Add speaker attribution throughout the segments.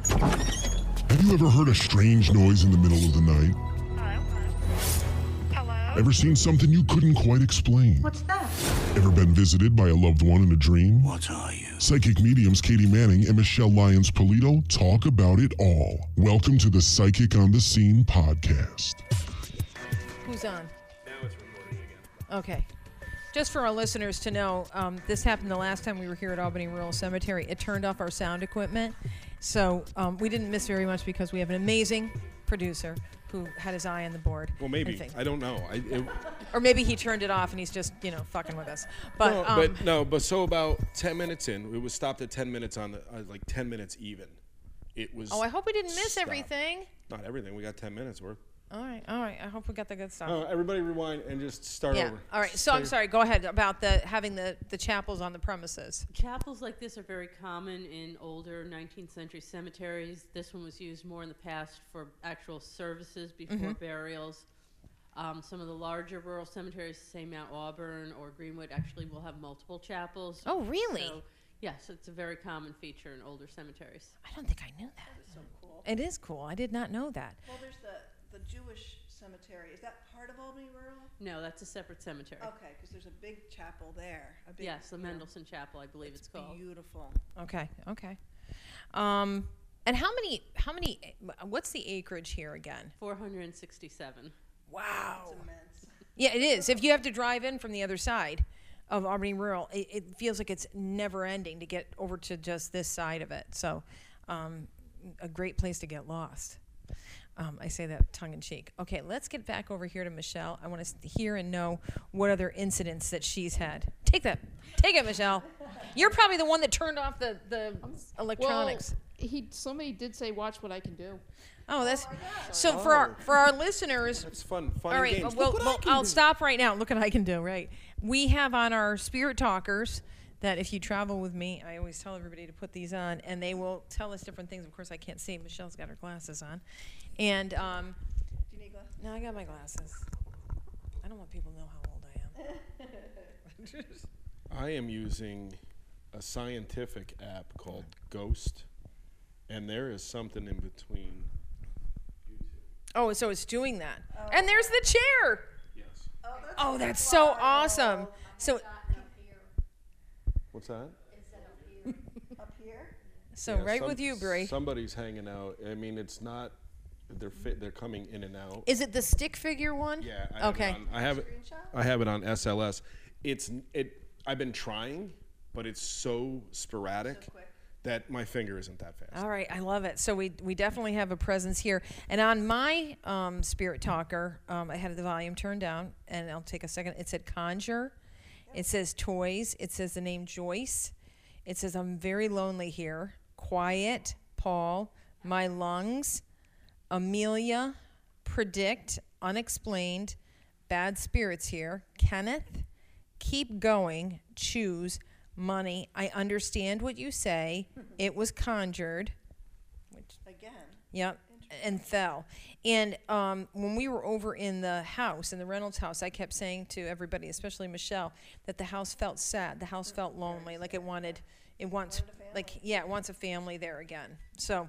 Speaker 1: Have you ever heard a strange noise in the middle of the night? Ever seen something you couldn't quite explain? What's that? Ever been visited by a loved one in a dream? What are you? Psychic mediums Katie Manning and Michelle Lyons Polito talk about it all. Welcome to the Psychic on the Scene podcast.
Speaker 2: Who's on? Now it's recording again. Okay. Just for our listeners to know, um, this happened the last time we were here at Albany Rural Cemetery. It turned off our sound equipment. So um, we didn't miss very much because we have an amazing producer who had his eye on the board.
Speaker 3: Well, maybe
Speaker 2: and thing.
Speaker 3: I don't know. I, it,
Speaker 2: Or maybe he turned it off and he's just, you know, fucking with us. But,
Speaker 3: no,
Speaker 2: um,
Speaker 3: but no, but so about ten minutes in, it was stopped at ten minutes on the uh, like ten minutes even. It was.
Speaker 2: oh, I hope we didn't miss
Speaker 3: stopped.
Speaker 2: everything.
Speaker 3: Not everything. We got ten minutes worth.
Speaker 2: All right, all right. I hope we got the good stuff.
Speaker 3: Uh, everybody rewind and just start
Speaker 2: yeah.
Speaker 3: over.
Speaker 2: All right. So I'm sorry. Go ahead about the having the, the chapels on the premises.
Speaker 4: Chapels like this are very common in older 19th century cemeteries. This one was used more in the past for actual services before
Speaker 2: Mm-hmm.
Speaker 4: burials. Um, some of the larger rural cemeteries, say Mount Auburn or Greenwood, actually will have multiple chapels.
Speaker 2: Oh, really?
Speaker 4: So, yes, it's a very common feature in older cemeteries.
Speaker 2: I don't think I knew that. That is so cool. It is cool. I did not know that.
Speaker 5: Well, there's the, the Jewish cemetery. Is that part of Albany Rural?
Speaker 4: No, that's a separate cemetery.
Speaker 5: Okay, because there's a big chapel there. A big,
Speaker 4: Yes, the Mendelson Chapel, I believe it's, called.
Speaker 5: Beautiful.
Speaker 2: Okay. Okay. Um, and how many? How many? What's the acreage here again?
Speaker 4: 467.
Speaker 2: Wow.
Speaker 5: Immense.
Speaker 2: Yeah, it is. If you have to drive in from the other side of Albany Rural, it, it feels like it's never ending to get over to just this side of it. So, um, a great place to get lost. Um, I say that tongue in cheek. Okay, let's get back over here to Michelle. I want to hear and know what other incidents that she's had. Take that. Take it, Michelle. You're probably the one that turned off the, the electronics.
Speaker 6: Well, he somebody did say, "Watch what I can do."
Speaker 2: oh, that's so for our for our listeners.
Speaker 3: It's fun. Fun.
Speaker 2: All
Speaker 3: and
Speaker 2: right,
Speaker 3: games.
Speaker 2: well,
Speaker 3: Look what I
Speaker 2: well,
Speaker 3: can
Speaker 2: I'll
Speaker 3: do.
Speaker 2: stop right now. Look what I can do. Right, we have on our spirit talkers that if you travel with me, I always tell everybody to put these on, and they will tell us different things. Of course, I can't see. Michelle's got her glasses on, and um,
Speaker 5: Do you need glasses?
Speaker 2: no, I got my glasses. I don't want people to know how old I am.
Speaker 3: I am using a scientific app called Ghost, and there is something in between.
Speaker 2: Oh, so it's doing that, and there's the chair.
Speaker 3: Yes.
Speaker 2: Oh, that's so awesome. So,
Speaker 3: What's that?
Speaker 5: Up here?
Speaker 2: so
Speaker 3: Yeah,
Speaker 2: right
Speaker 3: some-
Speaker 2: with you, Brie.
Speaker 3: Somebody's hanging out. I mean, it's not. They're fit. They're coming in and out.
Speaker 2: Is it the stick figure one?
Speaker 3: Yeah. I
Speaker 2: okay.
Speaker 3: Have it on, I have it. I have it on SLS. It's n- it. I've been trying, but it's so sporadic that my finger isn't that fast.
Speaker 2: All right, I love it. So we we definitely have a presence here. And on my um, spirit talker, um, I had the volume turned down, and I'll take a second. It said conjure, it says toys, it says the name Joyce, it says I'm very lonely here, quiet, Paul, my lungs, Amelia, predict, unexplained, bad spirits here, Kenneth, keep going, choose money. I understand what you say. It was conjured.
Speaker 5: Again.
Speaker 2: Yep. And fell. And um, when we were over in the house, in the Reynolds house, I kept saying to everybody, especially Michelle, that the house felt sad. The house felt lonely. Like it wanted, it wants, like, yeah, it wants a family there again. So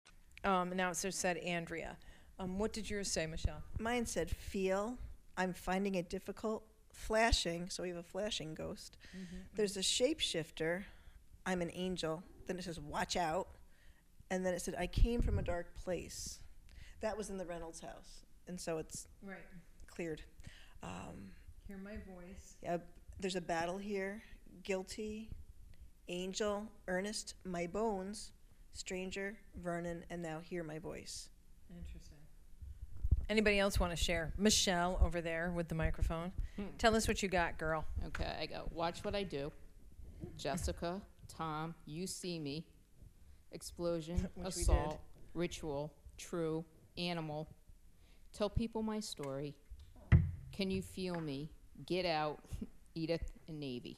Speaker 2: um, now it just said Andrea. Um, what did yours say, Michelle?
Speaker 5: Mine said, feel. I'm finding it difficult. Flashing. So we have a flashing ghost.
Speaker 2: Mm-hmm.
Speaker 5: There's a shapeshifter. I'm an angel. Then it says, watch out. and then it said, "I came from a dark place." That was in the Reynolds house, and so it's
Speaker 2: Right.
Speaker 5: cleared. Um,
Speaker 2: Hear my voice.
Speaker 5: yeah, there's a battle here. Guilty, Angel, Ernest, My Bones, Stranger, Vernon, and now Hear My Voice.
Speaker 2: Interesting. Anybody else want to share? Michelle over there with the microphone. Tell us what you got, girl.
Speaker 6: Okay, I go. Watch what I do. Jessica, Tom, you see me. Explosion,
Speaker 2: Which we did.
Speaker 6: assault, ritual, true, animal. Tell people my story. Can you feel me? Get out, Edith and Navy.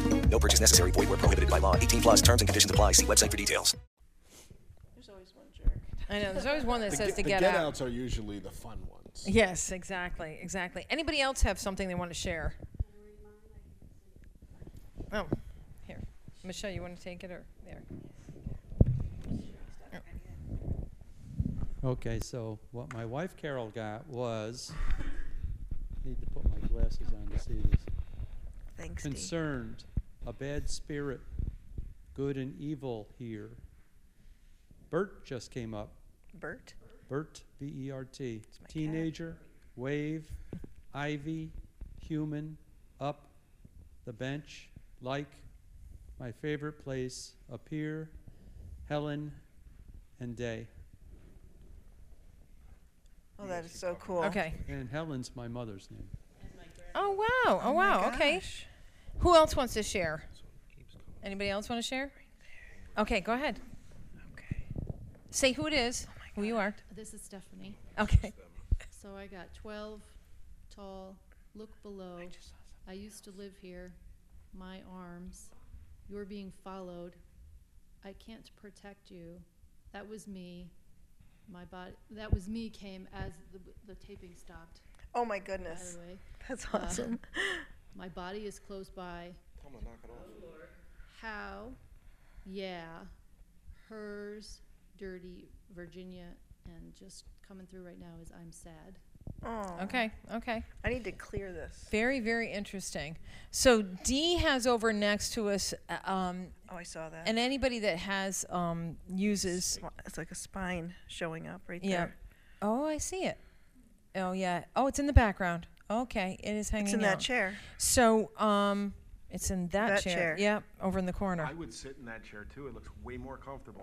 Speaker 7: No purchase necessary. Void where prohibited by law. 18 plus terms and conditions apply. See website for details.
Speaker 2: I know. There's always one that
Speaker 3: The
Speaker 2: says
Speaker 3: ge-
Speaker 2: to
Speaker 3: the
Speaker 2: get,
Speaker 3: get
Speaker 2: out.
Speaker 3: outs are usually the fun ones.
Speaker 2: Yes, exactly, exactly. Anybody else have something they want to share? Oh, here, Michelle, you want to take it or there?
Speaker 8: Okay, so what my wife Carol got was, need to put my glasses on to see this.
Speaker 5: Thanks, Dee.
Speaker 8: Concerned, a bad spirit, good and evil here. Bert just came up.
Speaker 5: Bert?
Speaker 8: Bert, B E R T. Teenager, wave, ivy, human, up, the bench, like, my favorite place, appear, Helen, and day.
Speaker 5: Oh, that is so cool.
Speaker 8: And Helen's my mother's name.
Speaker 2: Oh wow! Oh,
Speaker 5: Oh my
Speaker 2: wow! Okay. Who else wants to share? Anybody else want to share? Okay, go ahead. Okay. Oh Say who it is, who you are.
Speaker 9: This is Stephanie.
Speaker 2: Okay.
Speaker 9: So I got 12, tall, look below. I used to live here. My arms. You're being followed. I can't protect you. That was me. My body. That was me came as the, the taping stopped.
Speaker 5: Oh my
Speaker 9: by the
Speaker 5: goodness.
Speaker 9: way.
Speaker 5: That's
Speaker 9: Uh,
Speaker 5: awesome.
Speaker 9: my body is close by. How? Yeah. Hers, dirty Virginia, and just coming through right now is I'm sad.
Speaker 5: Oh.
Speaker 2: Okay. Okay.
Speaker 5: I need to clear this.
Speaker 2: Very, very interesting. So Dee has over next to us. uh, Um,
Speaker 5: oh, I saw that.
Speaker 2: And anybody that has um, uses.
Speaker 5: It's like a spine showing up right
Speaker 2: yeah.
Speaker 5: there.
Speaker 2: Oh, I see it. Oh yeah. Oh, it's in the background. Okay, it is hanging.
Speaker 5: in that
Speaker 2: out.
Speaker 5: chair.
Speaker 2: So um, it's in that,
Speaker 5: That chair.
Speaker 2: Yep, over in the corner.
Speaker 10: I would sit in that chair too. It looks way more comfortable.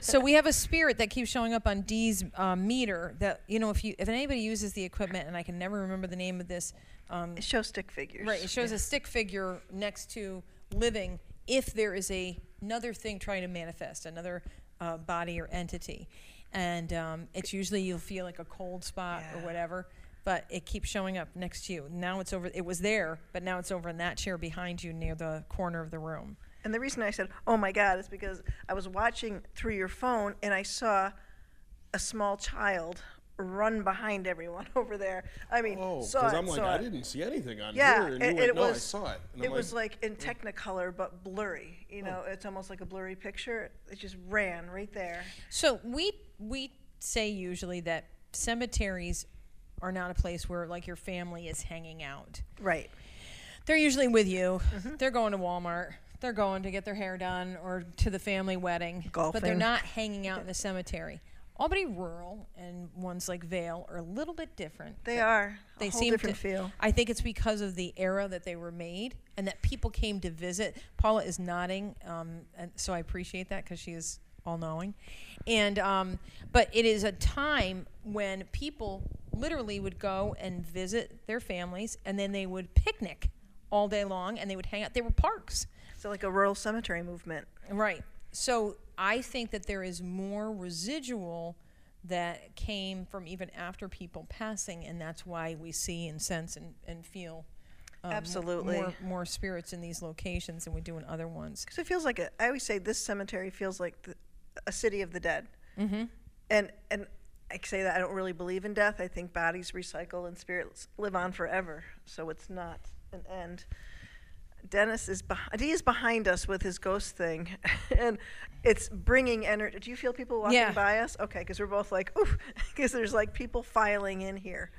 Speaker 2: so we have a spirit that keeps showing up on Dee's um, meter. That you know, if you if anybody uses the equipment, and I can never remember the name of this. Um,
Speaker 5: it shows stick figures.
Speaker 2: Right. It shows
Speaker 5: Yeah.
Speaker 2: a stick figure next to living. If there is a another thing trying to manifest, another uh, body or entity, and um, it's usually you'll feel like a cold spot or whatever. But it keeps showing up next to you. Now it's over. It was there, but now it's over in that chair behind you, near the corner of the room.
Speaker 5: And the reason I said, "Oh my God," is because I was watching through your phone and I saw a small child run behind everyone over there. I mean,
Speaker 3: Oh,
Speaker 5: saw
Speaker 3: because
Speaker 5: it,
Speaker 3: I'm like,
Speaker 5: saw
Speaker 3: I
Speaker 5: it.
Speaker 3: didn't see anything on
Speaker 5: yeah,
Speaker 3: here, and
Speaker 5: it,
Speaker 3: you went,
Speaker 5: it
Speaker 3: no,
Speaker 5: was.
Speaker 3: I saw it. And
Speaker 5: it
Speaker 3: I'm "Mm."
Speaker 5: was like in Technicolor but blurry. You know, it's almost like a blurry picture. It just ran right there.
Speaker 2: So we we say usually that cemeteries are not a place where like your family is hanging out.
Speaker 5: Right. Mm-hmm.
Speaker 2: They're usually with you. They're going to Walmart. They're going to get their hair done or to the family wedding. But they're
Speaker 5: Golfing.
Speaker 2: not hanging out in the cemetery. Albany rural and ones like Vale are a little bit different.
Speaker 5: They
Speaker 2: but
Speaker 5: are. A
Speaker 2: They
Speaker 5: whole
Speaker 2: seem
Speaker 5: different
Speaker 2: to,
Speaker 5: feel.
Speaker 2: I think it's because of the era that they were made and that people came to visit. Paula is nodding, um, and so I appreciate that because she is all knowing. And um, but it is a time when people literally would go and visit their families, and then they would picnic all day long, and they would hang out. They were parks.
Speaker 5: So like a rural cemetery movement.
Speaker 2: Right. So I think that there is more residual that came from even after people passing, and that's why we see and sense and, and feel um, mo-
Speaker 5: Absolutely.
Speaker 2: more, more spirits in these locations than we do in other ones.
Speaker 5: Because it feels like a, I always say this cemetery feels like the, a city of the dead.
Speaker 2: Mm-hmm.
Speaker 5: and and I say that I don't really believe in death. I think bodies recycle and spirits live on forever, so it's not an end. Dennis is behind. He is behind us with his ghost thing, and it's bringing energy. Do you feel people walking
Speaker 2: Yeah.
Speaker 5: by us? Okay, because we're both like, oof, because there's like people filing in here.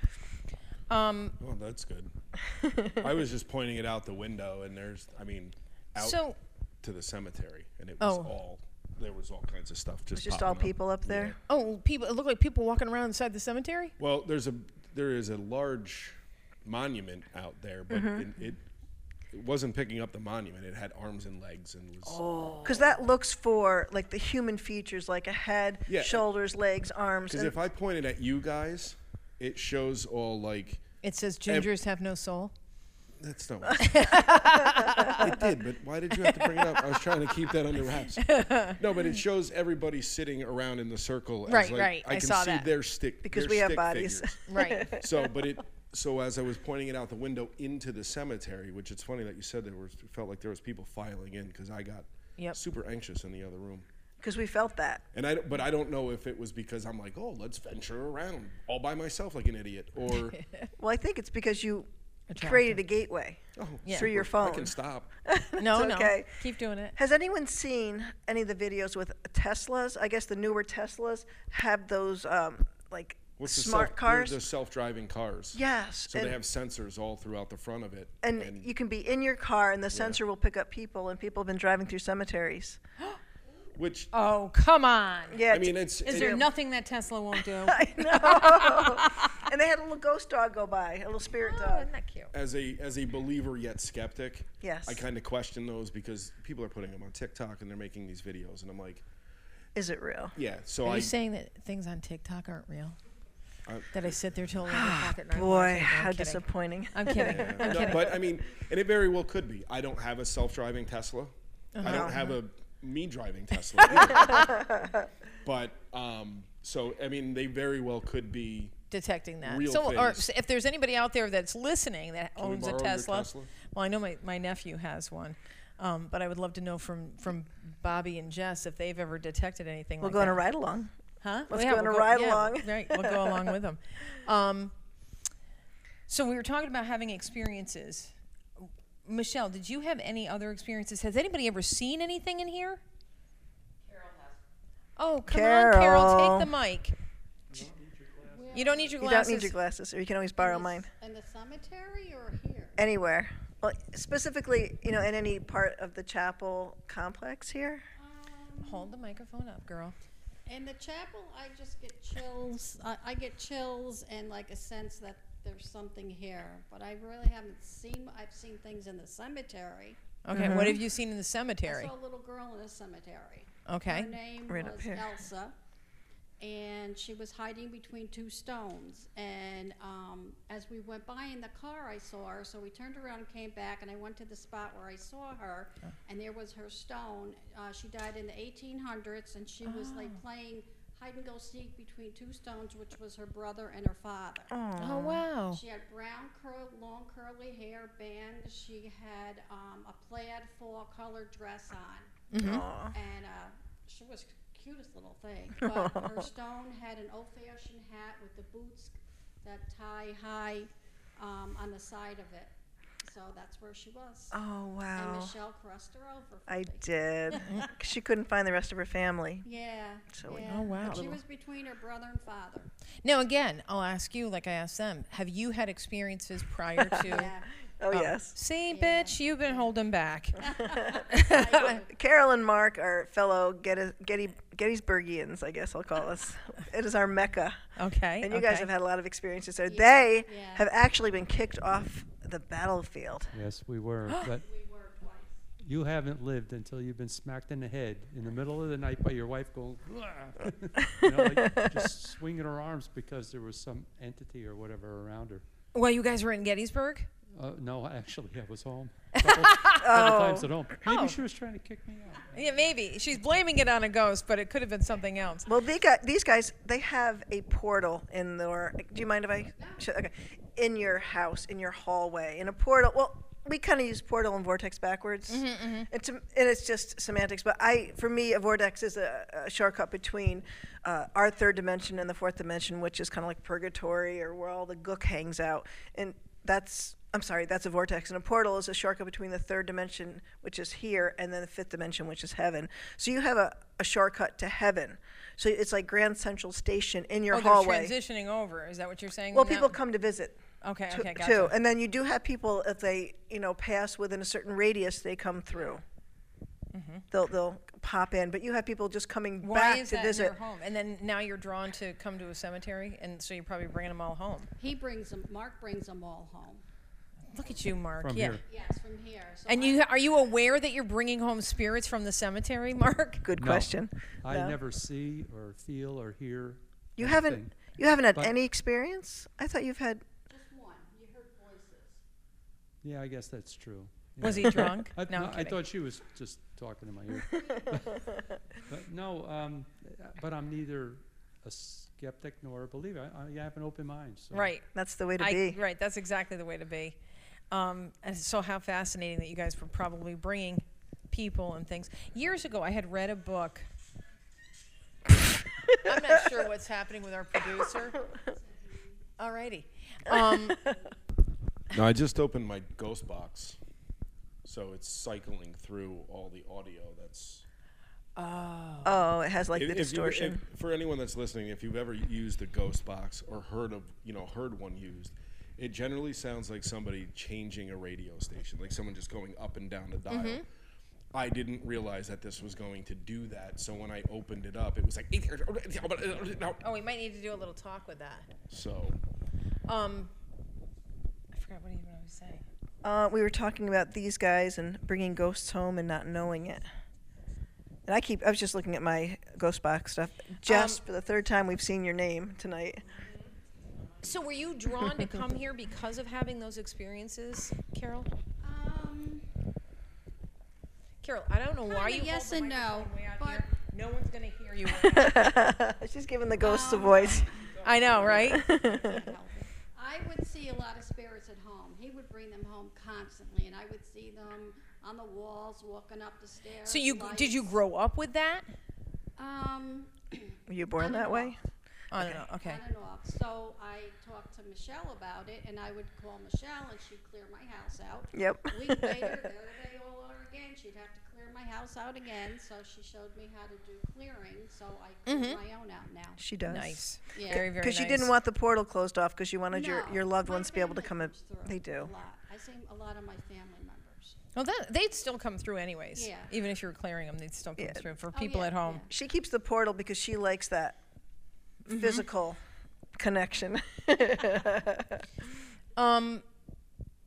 Speaker 2: Um,
Speaker 3: Oh, that's good. I was just pointing it out the window, and there's, I mean, out
Speaker 2: So-
Speaker 3: to the cemetery, and it was
Speaker 2: Oh.
Speaker 3: all there was all kinds of stuff just
Speaker 5: just
Speaker 3: popping
Speaker 5: all people up there.
Speaker 2: Oh, people! It looked like people walking around inside the cemetery.
Speaker 3: Well, there's a there is a large monument out there, but
Speaker 5: Mhm.
Speaker 3: it, it it wasn't picking up the monument. It had arms and legs and was
Speaker 5: Oh, Because that looks for like the human features, like a head,
Speaker 3: Yeah.
Speaker 5: shoulders, legs, arms.
Speaker 3: because
Speaker 5: and-
Speaker 3: if I pointed at you guys, it shows all like
Speaker 2: It says
Speaker 3: Ev-
Speaker 2: gingers have no soul.
Speaker 3: That's not. What it did, but why did you have to bring it up? I was trying to keep that under wraps. No, but it shows everybody sitting around in the circle. as,
Speaker 2: Right,
Speaker 3: like,
Speaker 2: right.
Speaker 3: I,
Speaker 2: I
Speaker 3: can
Speaker 2: saw
Speaker 3: see
Speaker 2: that.
Speaker 3: their stick
Speaker 5: Because
Speaker 3: their
Speaker 5: we have
Speaker 3: stick
Speaker 5: bodies.
Speaker 3: figures.
Speaker 5: Right.
Speaker 3: So, but it. So as I was pointing it out the window into the cemetery, which it's funny that you said there was it felt like there was people filing in because I got
Speaker 5: Yep.
Speaker 3: super anxious in the other room.
Speaker 5: Because we felt that.
Speaker 3: And I, but I don't know if it was because I'm like, oh, let's venture around all by myself like an idiot, or
Speaker 5: Well, I think it's because you created a gateway through your phone.
Speaker 3: Oh, I can stop.
Speaker 2: No,
Speaker 5: It's
Speaker 2: no.
Speaker 5: okay.
Speaker 2: Keep doing it.
Speaker 5: Has anyone seen any of the videos with Teslas? I guess the newer Teslas have those um, like
Speaker 3: What's the
Speaker 5: smart
Speaker 3: self, they're-
Speaker 5: cars.
Speaker 3: They're self-driving cars.
Speaker 5: Yes,
Speaker 3: So they
Speaker 5: and-
Speaker 3: have sensors all throughout the front of it.
Speaker 5: and, you can be in your car, and the sensor will pick up people. And people have been driving through cemeteries.
Speaker 3: Which
Speaker 2: Oh, come on.
Speaker 5: Yeah,
Speaker 3: I mean, it's-
Speaker 2: Is
Speaker 3: it-
Speaker 2: there nothing that Tesla won't do?
Speaker 5: and they had a little ghost dog go by, a little spirit
Speaker 2: Oh,
Speaker 5: dog. Isn't that cute?
Speaker 3: as a as a believer yet skeptic,
Speaker 5: Yes.
Speaker 3: I kind of question those because people are putting them on TikTok and they're making these videos, and I'm like,
Speaker 5: Is it real?
Speaker 3: yeah. So
Speaker 2: Are
Speaker 3: I, Uh,
Speaker 2: you saying that things on TikTok aren't real?
Speaker 3: I-
Speaker 2: that I sit there till 11 o'clock at night? and
Speaker 5: Ah,
Speaker 2: watch it?
Speaker 5: Boy,
Speaker 2: No, I'm
Speaker 5: how
Speaker 2: kidding.
Speaker 5: disappointing.
Speaker 2: I'm kidding.
Speaker 3: Yeah.
Speaker 2: I'm
Speaker 3: No,
Speaker 2: kidding.
Speaker 3: but I mean, and it very well could be. I don't have a self-driving Tesla. I
Speaker 2: Uh-huh.
Speaker 3: don't have a me driving Tesla. either. but um, so I mean, they very well could be
Speaker 2: detecting that.
Speaker 3: Real
Speaker 2: so, or
Speaker 3: things.
Speaker 2: s- if there's anybody out there that's listening that
Speaker 3: Can we
Speaker 2: owns a
Speaker 3: borrow your
Speaker 2: Tesla,
Speaker 3: Tesla?
Speaker 2: well, I know my, my nephew has one, um, but I would love to know from from Bobby and Jess if they've ever detected anything.
Speaker 5: We'll
Speaker 2: like
Speaker 5: go on
Speaker 2: that.
Speaker 5: a ride along.
Speaker 2: Huh?
Speaker 5: Let's
Speaker 2: Yeah,
Speaker 5: go on
Speaker 2: we'll
Speaker 5: a ride
Speaker 2: yeah,
Speaker 5: along.
Speaker 2: Right. We'll go along with them. Um, so we were talking about having experiences. Michelle, did you have any other experiences? Has anybody ever seen anything in here? Carol has. Oh, come on, Carol, take the mic. You don't need your
Speaker 5: You
Speaker 2: glasses.
Speaker 5: don't need your glasses, or you can always borrow mine.
Speaker 9: In the cemetery or here?
Speaker 5: Anywhere. Well, specifically, you know, in any part of the chapel complex here.
Speaker 2: Hold the microphone up, girl.
Speaker 9: In the chapel, I just get chills. I, I get chills and like a sense that there's something here, but I really haven't seen. I've seen things in the cemetery.
Speaker 2: Okay,
Speaker 9: Mhm.
Speaker 2: what have you seen in the
Speaker 9: I
Speaker 2: cemetery?
Speaker 9: saw a little girl in a cemetery.
Speaker 2: Okay.
Speaker 9: Her name
Speaker 2: Right up
Speaker 9: was
Speaker 2: here.
Speaker 9: Elsa, and she was hiding between two stones. And um, as we went by in the car, I saw her. So we turned around and came back, and I went to the spot where I saw her, and there was her stone. Uh, she died in the 1800s, and she was like playing hide and go seek between two stones, which was her brother and her father.
Speaker 2: Oh, wow.
Speaker 9: She had brown curl, long curly hair, band. She had um, a plaid fall color dress on,
Speaker 2: Mhm. Aw.
Speaker 9: and uh, she was cutest little thing. But her stone had an old fashioned hat with the boots that tie high um, on the side of it. So that's where she was.
Speaker 5: Oh, wow.
Speaker 9: And Michelle crossed her over.
Speaker 5: I did. 'Cause she couldn't find the rest of her family.
Speaker 9: Yeah.
Speaker 5: So we-
Speaker 9: yeah.
Speaker 2: Oh, wow.
Speaker 9: But she
Speaker 2: Little-
Speaker 9: was between her brother and father.
Speaker 2: Now, again, I'll ask you, like I asked them, have you had experiences prior to? Um,
Speaker 9: Yeah.
Speaker 5: Oh, yes.
Speaker 2: See, bitch, you've been holding back.
Speaker 5: Carol and Mark are fellow Getty, Getty, Gettysburgians, I guess I'll call us. it is our mecca.
Speaker 2: Okay.
Speaker 5: And you guys
Speaker 2: okay.
Speaker 5: have had a lot of experiences there.
Speaker 2: Yeah,
Speaker 5: They
Speaker 2: yeah.
Speaker 5: have actually been kicked off the battlefield.
Speaker 8: Yes, we were. but You haven't lived until you've been smacked in the head in the middle of the night by your wife going, "Ugh," you know, like just swinging her arms because there was some entity or whatever around her.
Speaker 2: Well, you guys were in Gettysburg?
Speaker 8: Uh, no, actually, I was home. A couple, couple times at home. Maybe
Speaker 2: Oh.
Speaker 8: she was trying to kick me out.
Speaker 2: Yeah, maybe. She's blaming it on a ghost, but it could have been something else.
Speaker 5: Well, they got, these guys, they have a portal in their. Do you mind if I? sh- Okay. In your house, in your hallway, in a portal. Well, we kind of use portal and vortex backwards.
Speaker 2: Mhm, mhm.
Speaker 5: It's and it's just semantics. But I, for me, a vortex is a, a shortcut between uh, our third dimension and the fourth dimension, which is kind of like purgatory or where all the gook hangs out. And that's I'm sorry, that's a vortex. And a portal is a shortcut between the third dimension, which is here, and then the fifth dimension, which is heaven. So you have a, a shortcut to heaven. So it's like Grand Central Station in your
Speaker 2: oh, they're
Speaker 5: hallway.
Speaker 2: transitioning over. Is that what you're saying?
Speaker 5: Well,
Speaker 2: now?
Speaker 5: people come to visit.
Speaker 2: Okay,
Speaker 5: to-
Speaker 2: okay,
Speaker 5: too.
Speaker 2: gotcha.
Speaker 5: And then you do have people if they, you know, pass within a certain radius, they come through. They'll they'll pop in, but you have people just coming
Speaker 2: Mm-hmm. Why
Speaker 5: back
Speaker 2: is
Speaker 5: to
Speaker 2: that
Speaker 5: visit.
Speaker 2: in your home? And then now you're drawn to come to a cemetery, and so you're probably bringing them all home.
Speaker 9: He brings them, Mark brings them all home.
Speaker 2: Look at you, Mark.
Speaker 8: From
Speaker 2: yeah.
Speaker 8: here.
Speaker 9: Yes, from here. So
Speaker 2: And you are you aware that you're bringing home spirits from the cemetery, Mark?
Speaker 5: Good
Speaker 8: No. I
Speaker 5: No.
Speaker 8: never see or feel or hear.
Speaker 5: You haven't
Speaker 8: anything.
Speaker 5: you haven't had
Speaker 8: But-
Speaker 5: any experience? I thought you've had
Speaker 8: Yeah, I guess that's true.
Speaker 2: Was
Speaker 8: Yeah.
Speaker 2: he drunk?
Speaker 8: I,
Speaker 2: No, I'm
Speaker 8: I
Speaker 2: kidding.
Speaker 8: thought she was just talking in my ear. but no, um, but I'm neither a skeptic nor a believer. I, I have an open mind. So.
Speaker 2: Right.
Speaker 5: That's the way to
Speaker 2: I-
Speaker 5: be.
Speaker 2: Right. That's exactly the way to be. Um, and so how fascinating that you guys were probably bringing people and things. Years ago, I had read a book. I'm not sure what's happening with our producer. Alrighty. Um,
Speaker 3: No, I just opened my ghost box. So it's cycling through all the audio that's
Speaker 2: oh.
Speaker 5: Oh, it has like
Speaker 3: If-
Speaker 5: the
Speaker 3: if you- if-
Speaker 5: distortion.
Speaker 3: for anyone that's listening, if you've ever used a ghost box or heard of, you know, heard one used, it generally sounds like somebody changing a radio station, like someone just going up and down the dial.
Speaker 2: Mhm.
Speaker 5: Mm-hmm.
Speaker 3: I didn't realize that this was going to do that, so when I opened it up, it was like.
Speaker 2: oh, we might need to do a little talk with that.
Speaker 3: So
Speaker 2: Um, I forgot what even I was saying.
Speaker 5: Uh, we were talking about these guys and bringing ghosts home and not knowing it. And I keep I was just looking at my ghost box stuff.
Speaker 9: Um,
Speaker 5: Jess, for the third time we've seen your name tonight.
Speaker 2: So were you drawn to come here because of having those experiences, Carol?
Speaker 9: Um,
Speaker 2: Carol, I don't know why
Speaker 9: Kinda
Speaker 2: you
Speaker 9: yes
Speaker 2: hold the
Speaker 9: and no,
Speaker 2: microphone way out
Speaker 9: but-
Speaker 2: here. No one's gonna hear you.
Speaker 5: She's giving the ghosts
Speaker 9: Um,
Speaker 5: a voice. Mm-hmm.
Speaker 2: I know, right?
Speaker 9: I would see a lot of spirits at home. He would bring them home constantly, and I would see them on the walls, walking up the stairs.
Speaker 2: so you g- did you grow up with that?
Speaker 9: Um,
Speaker 5: Were you born that way?
Speaker 2: Oh no, no, okay.
Speaker 9: on and off. So I talked to Michelle about it, and I would call Michelle, and she'd clear my house out.
Speaker 5: Yep.
Speaker 9: A week later, there they all are again. She'd have to clear my house out again. So she showed me how to do clearing. So I clear my own out now.
Speaker 5: She does.
Speaker 2: Mm-hmm. Nice.
Speaker 9: Yeah.
Speaker 2: Very, very
Speaker 5: Because you didn't
Speaker 2: nice.
Speaker 5: want the portal closed off because you wanted your,
Speaker 9: No,
Speaker 5: your loved
Speaker 9: my
Speaker 5: ones to be able to
Speaker 9: family
Speaker 5: come. In.
Speaker 9: comes through
Speaker 5: They
Speaker 9: A
Speaker 5: do.
Speaker 9: lot. I see a lot of my family members.
Speaker 2: Well, that, they'd still come through anyways.
Speaker 9: Yeah.
Speaker 2: Even if you were clearing them, they'd still come
Speaker 5: Yeah.
Speaker 2: through for
Speaker 9: Oh,
Speaker 2: people
Speaker 9: yeah,
Speaker 2: at home.
Speaker 5: She keeps the portal because she likes that
Speaker 2: Mm-hmm.
Speaker 5: physical connection.
Speaker 2: Um,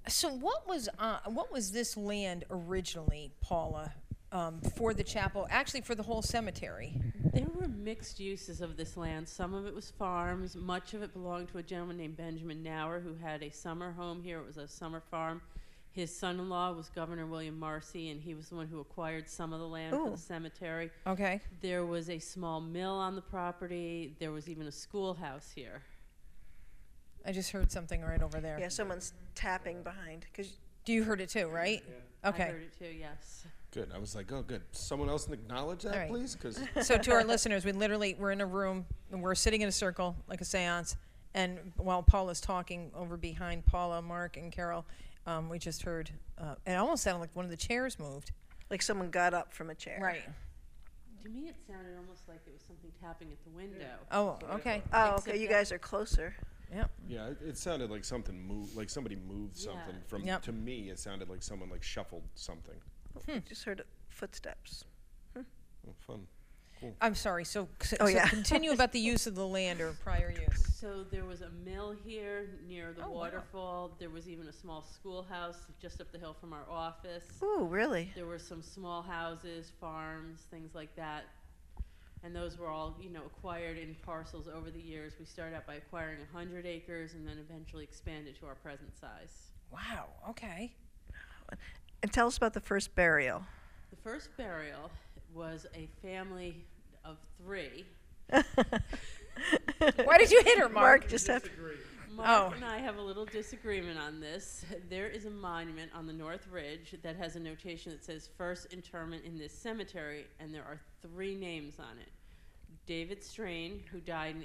Speaker 2: so what was uh, what was this land originally, Paula, um, for the chapel? Actually, for the whole cemetery.
Speaker 4: There were mixed uses of this land. Some of it was farms. Much of it belonged to a gentleman named Benjamin Nauer who had a summer home here. It was a summer farm. His son in law was Governor William Marcy, and he was the one who acquired some of the land for
Speaker 2: Ooh.
Speaker 4: the cemetery.
Speaker 2: Okay.
Speaker 4: There was a small mill on the property. There was even a schoolhouse here.
Speaker 2: I just heard something right over there.
Speaker 5: yeah, someone's tapping behind because
Speaker 2: Do you heard it too, right?
Speaker 4: I
Speaker 2: Okay.
Speaker 4: heard it too, yes.
Speaker 3: good. I was like, oh, good. Someone else acknowledge that,
Speaker 2: All right.
Speaker 3: please, because
Speaker 2: so to our listeners, we literally we're in a room and we're sitting in a circle like a séance and while Paula's talking over behind Paula, Mark and Carol, um, we just heard uh, it almost sounded like one of the chairs moved.
Speaker 5: like someone got up from a chair.
Speaker 2: Right.
Speaker 4: To me, it sounded almost like it was something tapping at the window.
Speaker 2: Oh,
Speaker 4: Sort of
Speaker 2: okay.
Speaker 5: Oh,
Speaker 4: Except
Speaker 5: okay. You
Speaker 4: that-
Speaker 5: guys are closer.
Speaker 2: Yeah.
Speaker 3: yeah, it, it sounded like something moved, like somebody moved something from.
Speaker 2: Yep.
Speaker 3: To me, it sounded like someone like shuffled something.
Speaker 5: I Just heard footsteps.
Speaker 3: Oh, fun. Cool.
Speaker 2: I'm sorry. So, so
Speaker 5: Oh, yeah.
Speaker 2: continue about the use of the land or prior use. Oh,
Speaker 4: So there was a mill here near the waterfall. There was even a small schoolhouse just up the hill from our office.
Speaker 5: Ooh, really?
Speaker 4: There were some small houses, farms, things like that. And those were all, you know, acquired in parcels over the years. We started out by acquiring 100 acres and then eventually expanded to our present size.
Speaker 2: Wow. Okay.
Speaker 5: And tell us about the first burial.
Speaker 4: The first burial was a family of three.
Speaker 2: Why did you hit her, Mark?
Speaker 5: just have.
Speaker 4: Mark
Speaker 2: Oh.
Speaker 4: and I have a little disagreement on this. There is a monument on the North Ridge that has a notation that says first interment in this cemetery, and there are three names on it David Strain, who died in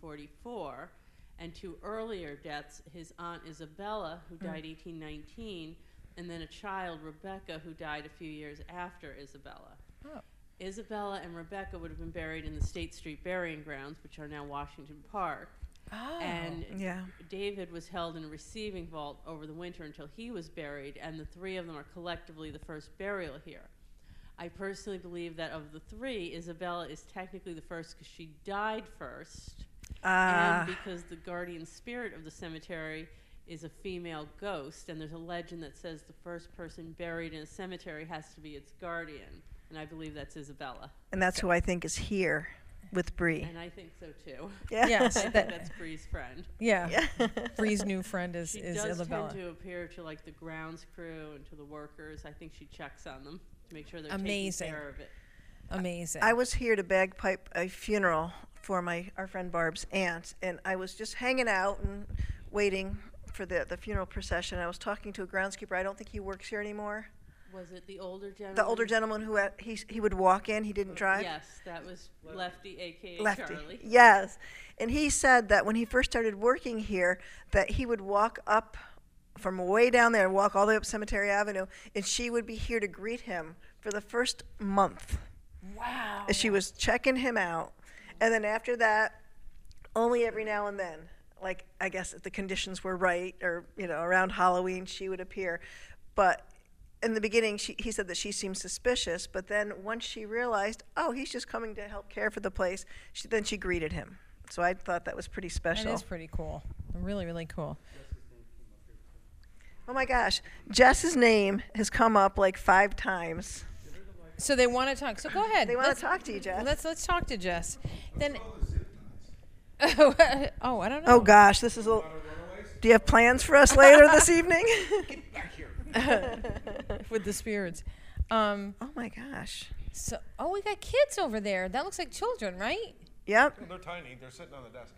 Speaker 4: 1844, and two earlier deaths his aunt Isabella, who
Speaker 11: Mm.
Speaker 4: died 1819, and then a child, Rebecca, who died a few years after Isabella.
Speaker 2: Oh.
Speaker 4: Isabella and Rebecca would have been buried in the State Street burying grounds, which are now Washington Park.
Speaker 5: Oh.
Speaker 4: And
Speaker 5: Yeah.
Speaker 4: David was held in a receiving vault over the winter until he was buried, and the three of them are collectively the first burial here. I personally believe that of the three, Isabella is technically the first because she died first,
Speaker 5: Ah.
Speaker 4: and because the guardian spirit of the cemetery is a female ghost, and there's a legend that says the first person buried in a cemetery has to be its guardian, and I believe that's Isabella.
Speaker 5: And that's who I think is here with Bree.
Speaker 4: And I think so too.
Speaker 5: Yeah. Yes,
Speaker 4: I think
Speaker 5: that-
Speaker 4: that's Bree's friend.
Speaker 2: Yeah. Bree's new friend is,
Speaker 4: She
Speaker 2: is
Speaker 4: does
Speaker 2: Isabella.
Speaker 4: tend to appear to like the grounds crew and to the workers. I think she checks on them to make sure they're
Speaker 2: Amazing.
Speaker 4: taking care of it.
Speaker 2: Amazing.
Speaker 5: I was here to bagpipe a funeral for my our friend Barb's aunt, and I was just hanging out and waiting for the, the funeral procession. I was talking to a groundskeeper. I don't think he works here anymore.
Speaker 4: Was it the older gentleman?
Speaker 5: The older gentleman who had, he he would walk in. He didn't drive.
Speaker 4: Mm-hmm. Yes, that was Lefty, aka
Speaker 5: Lefty.
Speaker 4: Charlie.
Speaker 5: Yes. And he said that when he first started working here, that he would walk up from way down there and walk all the way up Cemetery Avenue, and she would be here to greet him for the first month.
Speaker 2: Wow.
Speaker 5: And she was checking him out. And then after that, only every now and then, like I guess if the conditions were right or, you know, around Halloween, she would appear. But in the beginning, she, he said that she seemed suspicious, but then once she realized, oh, he's just coming to help care for the place, she, then she greeted him. So I thought that was pretty
Speaker 2: That
Speaker 5: special.
Speaker 2: is pretty cool. Really, really cool.
Speaker 5: oh my gosh, Jess's name has come up like five times.
Speaker 2: So they want to talk. So go ahead.
Speaker 5: They wanna
Speaker 2: Let's-
Speaker 5: talk to you, Jess.
Speaker 2: Let's let's talk to Jess. Then. oh, I don't know.
Speaker 5: Oh gosh, this is a. Do you have plans for us later this evening?
Speaker 2: With the spirits. Um,
Speaker 5: oh my gosh.
Speaker 2: So oh, we got kids over there. That looks like children, right?
Speaker 5: Yep.
Speaker 3: They're tiny. They're sitting on the desk.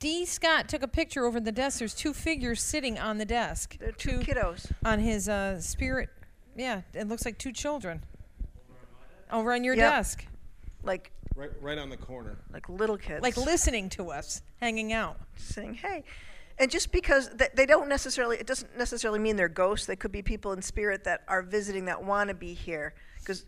Speaker 2: D. Scott took a picture over the desk. There's two figures sitting on the desk.
Speaker 5: They're two, kiddos.
Speaker 2: On his uh, spirit. Yeah, it looks like two children. Over on your
Speaker 5: Yep.
Speaker 2: desk.
Speaker 5: Like
Speaker 3: Right, right on the corner.
Speaker 5: like little kids.
Speaker 2: Like listening to us, hanging out.
Speaker 5: saying, "Hey," and just because th- they don't necessarily, it doesn't necessarily mean they're ghosts. They could be people in spirit that are visiting that want to be here, because